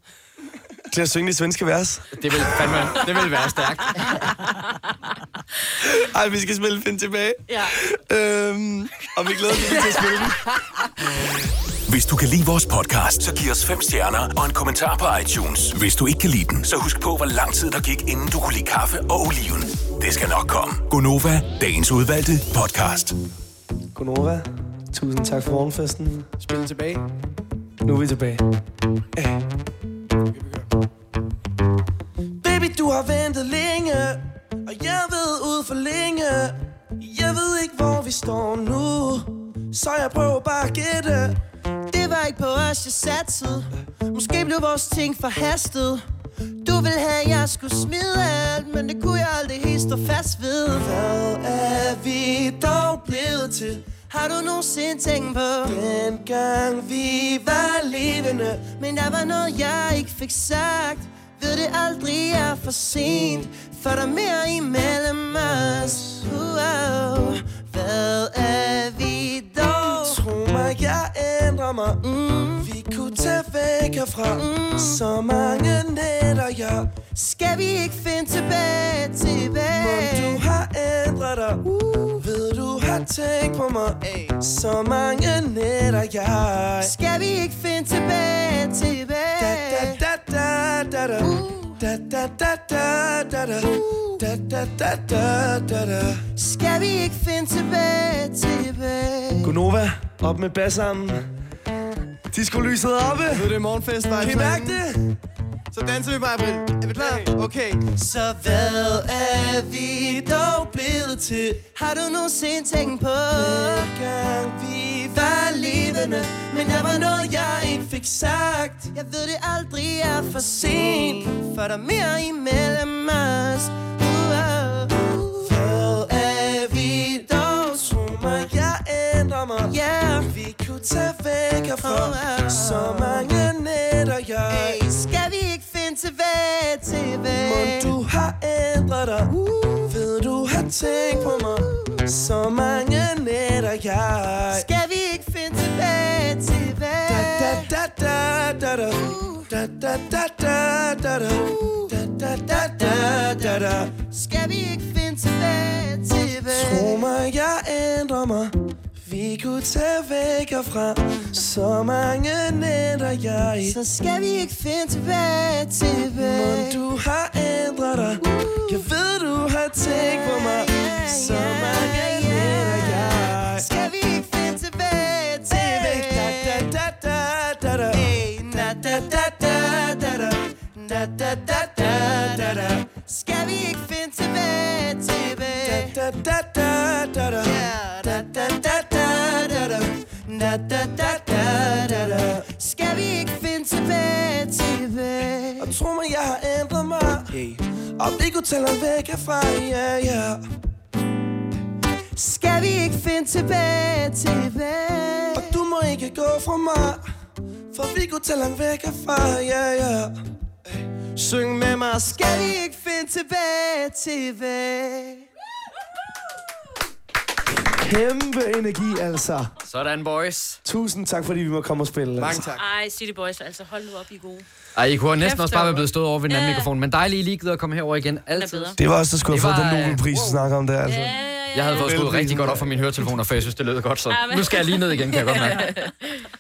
til at synge de svenske vers.
Det vil, fandme, det vil være stærkt.
Ej, vi skal spille Find tilbage.
Ja.
Øhm, og vi glæder os virkelig til at spille den.
Hvis du kan lide vores podcast, så giv os fem stjerner og en kommentar på iTunes. Hvis du ikke kan lide den, så husk på, hvor lang tid der gik, inden du kunne lide kaffe og oliven. Det skal nok komme.
Gonova,
Dagens udvalgte podcast.
Gonova, tusind tak for morgenfesten. Spil den tilbage. Nu er vi tilbage. Ja.
Baby, du har ventet længe, og jeg ved ud for længe. Jeg ved ikke, hvor vi står nu, så jeg prøver bare at gætte. Det var ikke på os, jeg satsede. Måske blev vores ting forhastet. Du ville have, at jeg skulle smide alt, men det kunne jeg aldrig helt stå fast ved. Hvad er vi dog blevet til? Har du nogensinde tænkt på Dengang vi var levende Men der var noget, jeg ikke fik sagt Ved det aldrig er for sent For der er mere imellem os wow. Hvad er vi dog?
Tro mig, jeg ændrer mig
mm.
Vi kunne tage væk herfra
mm. Så mange nætter, jeg Skal vi ikke finde tilbage, tilbage?
Mon du har ændret dig uh. Ved du har tænkt på mig hey. Så mange nætter jeg
Skal vi ikke finde tilbage, tilbage?
Da, da, da, da, da, da, da, da, da, da. Da, da, da, da, da, da.
Skal vi ikke finde tilbage, tilbage?
Gunova, op med bassarmen. Disco-lyset oppe. Nu er det morgenfest, der
Kan I mærke det?
Så danser vi bare, Britt.
Er vi klar? Okay. Så hvad er vi dog blevet til? Har du nogensinde tænkt på? Dengang vi var levende, men der var noget, jeg ikke fik sagt. Jeg ved det aldrig er for sent, for der er mere imellem os. Uh, Uh-oh. Hvad er vi dog? Tro mig, jeg ændrer mig. Yeah. Vi kunne tage væk herfra. Så mange nætter jeg. Hey, skal vi ikke finde tilbage, tilbage?
Mon du har ændret dig uh. Ved du har tænkt på mig Så mange nætter jeg
Skal vi ikke finde tilbage, tilbage?
Da, da, da, da, da.
Uh.
Da, da, da, da, da, da. Da, da, da, da, da.
Skal vi ikke finde tilbage, tilbage?
Tro mig, jeg ændrer mig Vi
kunne tage væk herfra Så mange nætter jeg i
Så skal vi ikke finde tilbage, tilbage
Mon du har ændret dig
Uh.
Jeg ved du har tænkt på mig Så mange nætter jeg
Skal vi ikke finde tilbage, tilbage
Da da da da da
Hey, na, da, da, da, da, da. Na, da, da, da, da, da. Skal vi ikke finde tilbage, tilbage
Da da da da da
Yeah, da, da, da, da, da, da. Na, da, da, da, da, da. Skal vi ikke finde tilbage, tilbage
Og tro mig, jeg har ændret mig hey. Og det kunne tælle væk herfra, ja, ja
Skal vi ikke finde tilbage, tilbage
Og du må ikke gå fra mig For vi kunne tælle væk herfra, ja, ja Syng med mig,
Skal vi ikke finde tilbage, tilbage
Kæmpe energi, altså.
Sådan, boys.
Tusind tak, fordi vi må komme og spille.
Mange tak.
Ej, City Boys, altså hold nu op, I er gode.
Ej, I kunne have næsten
Kæft,
også bare være
dog.
blevet stået over ved den anden
Ja.
mikrofon, men dejligt, I lige gider at komme herover igen. Altid.
Det var også der skulle have
Det
fået
var,
den
øh,
Nobelpris, du snakker om der, altså.
Jeg havde fået skruet rigtig godt op for mine høretelefoner, for jeg synes, det lød godt, så
Ja, men-
nu skal jeg lige ned igen, kan jeg godt mærke.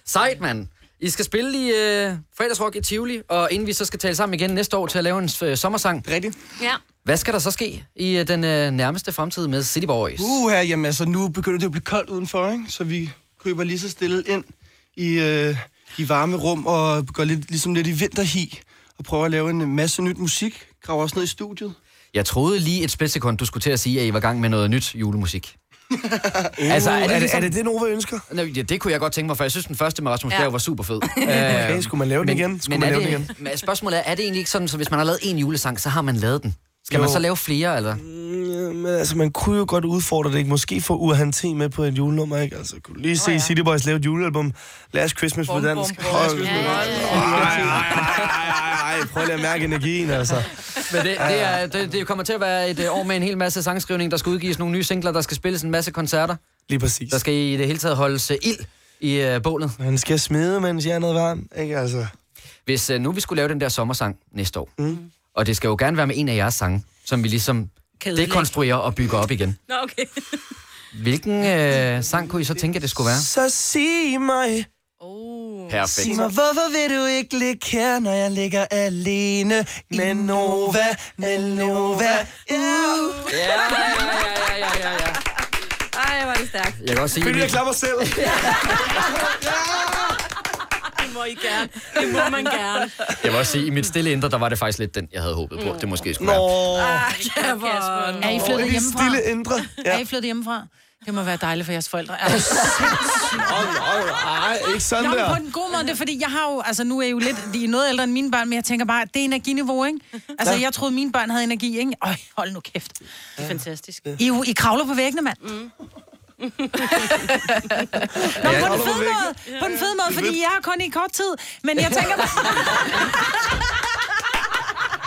Sejt, mand. I skal spille i øh, fredagsrock i Tivoli, og inden vi så skal tale sammen igen næste år til at lave en øh, sommersang.
Rigtigt.
Ja.
Hvad skal der så ske i øh, den øh, nærmeste fremtid med City Boys?
Uha, jamen altså, nu begynder det at blive koldt udenfor, ikke? Så vi kryber lige så stille ind i, øh, i varme rum og går lidt, ligesom lidt i vinterhi og prøver at lave en masse nyt musik. Graver os ned i studiet.
Jeg troede lige et splitsekund, du skulle til at sige, at I var i gang med noget nyt julemusik. altså, er det,
Uh, er, det,
ligesom...
er det det, Nova ønsker?
Nå, ja, det kunne jeg godt tænke mig, for jeg synes, den første med Rasmus
Ja.
ja. var super fed.
Okay, skulle man lave den igen? Skulle man lave
er det,
den
igen? Øh, Men spørgsmålet er, er det egentlig ikke sådan, så hvis man har lavet en julesang, så har man lavet den? Skal jo. man
Jo.
så lave flere, eller?
Men altså, man kunne jo godt udfordre det, ikke? Måske få Urhan T med på et julenummer, ikke? Altså, kunne du lige se oh, ja. City Boys lave et julealbum. Last Christmas på dansk. Hold- Ej, prøv lige at mærke energien, altså.
Men det, det, er, det, det kommer til at være et øh, år med en hel masse sangskrivning, der skal udgives nogle nye singler, der skal spilles en masse koncerter.
Lige præcis.
Der skal i det hele taget holdes øh, ild i øh, bålet.
Man skal smide, mens jeg er noget varm, ikke? Altså.
Hvis øh, nu vi skulle lave den der sommersang næste år, mm. og det skal jo gerne være med en af jeres sange, som vi ligesom
Kan ødelægge.
dekonstruerer og bygger op igen.
Nå, okay.
Hvilken øh, sang kunne I så tænke, at det skulle være?
Så sig mig,
Perfekt.
sig mig, hvorfor vil du ikke ligge her, når jeg ligger alene? Med Nova, med Nova. Uh.
Ja, ja, ja, ja, ja.
Ej, var det stærkt.
Jeg kan også sige...
Føler, jeg klapper selv.
Det må I gerne. Det må man gerne.
Jeg vil også sige, i mit stille indre, der var det faktisk lidt den, jeg havde håbet på, det måske skulle være.
Ej,
Kasper.
Er I flyttet
Nå,
hjemmefra?
stille indre.
Ja. Er I flyttet hjemmefra? Det må være dejligt for jeres forældre. Er du sindssyg?
Ej, ikke sådan
Nå, men
der.
på den gode måde, det er fordi, jeg har jo, altså nu er jeg jo lidt, de er noget ældre end mine børn, men jeg tænker bare, at det er energiniveau, ikke? Altså,
Ja.
jeg troede, mine børn havde energi, ikke? Øj, hold nu kæft. Det
er fantastisk.
I, er jo- I kravler på væggene, mand. Mm. Nå,
Ja,
på
kravler
den
på
fede
væggene.
måde, på den fede måde, fordi jeg er kun i kort tid, men jeg tænker bare...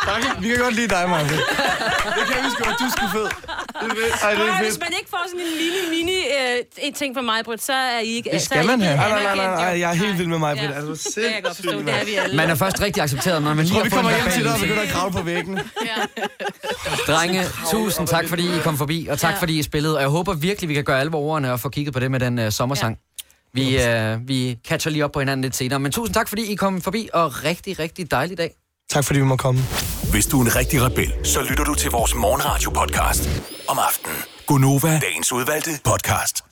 Tak, vi kan godt lide dig, Marve. Det kan vi sgu, at du skal fed. Det er fedt. Ej, det er
Ej, hvis
fedt.
man ikke får sådan en lille, mini øh, en ting fra mig, Britt, så er I ikke...
Det
så er I
skal man
ikke
have. Nej, nej,
anerkendt,
nej, nej,
jo.
nej, jeg er helt vild med mig, Britt.
Ja.
Er du
Det kan jeg godt forstå,
sindssyg,
det er vi alle.
Man er først rigtig accepteret, når man
Jeg
lige
tror,
har
vi
fået en
kommer hjem
verbal
til dig og
udsigt.
begynder at kravle på væggen.
Drenge, tusind tak, fordi I kom forbi, og tak,
Ja.
fordi I spillede. Og jeg håber virkelig, vi kan gøre alvor ordene og få kigget på det med den øh, sommersang. Vi, øh, vi catcher lige op på hinanden lidt senere. Men tusind tak, fordi I kom forbi, og rigtig, rigtig dejlig dag.
Tak fordi vi må komme.
Hvis du er en rigtig rebel, så lytter du til vores morgenradio-podcast om aftenen. Gunova, dagens udvalgte podcast.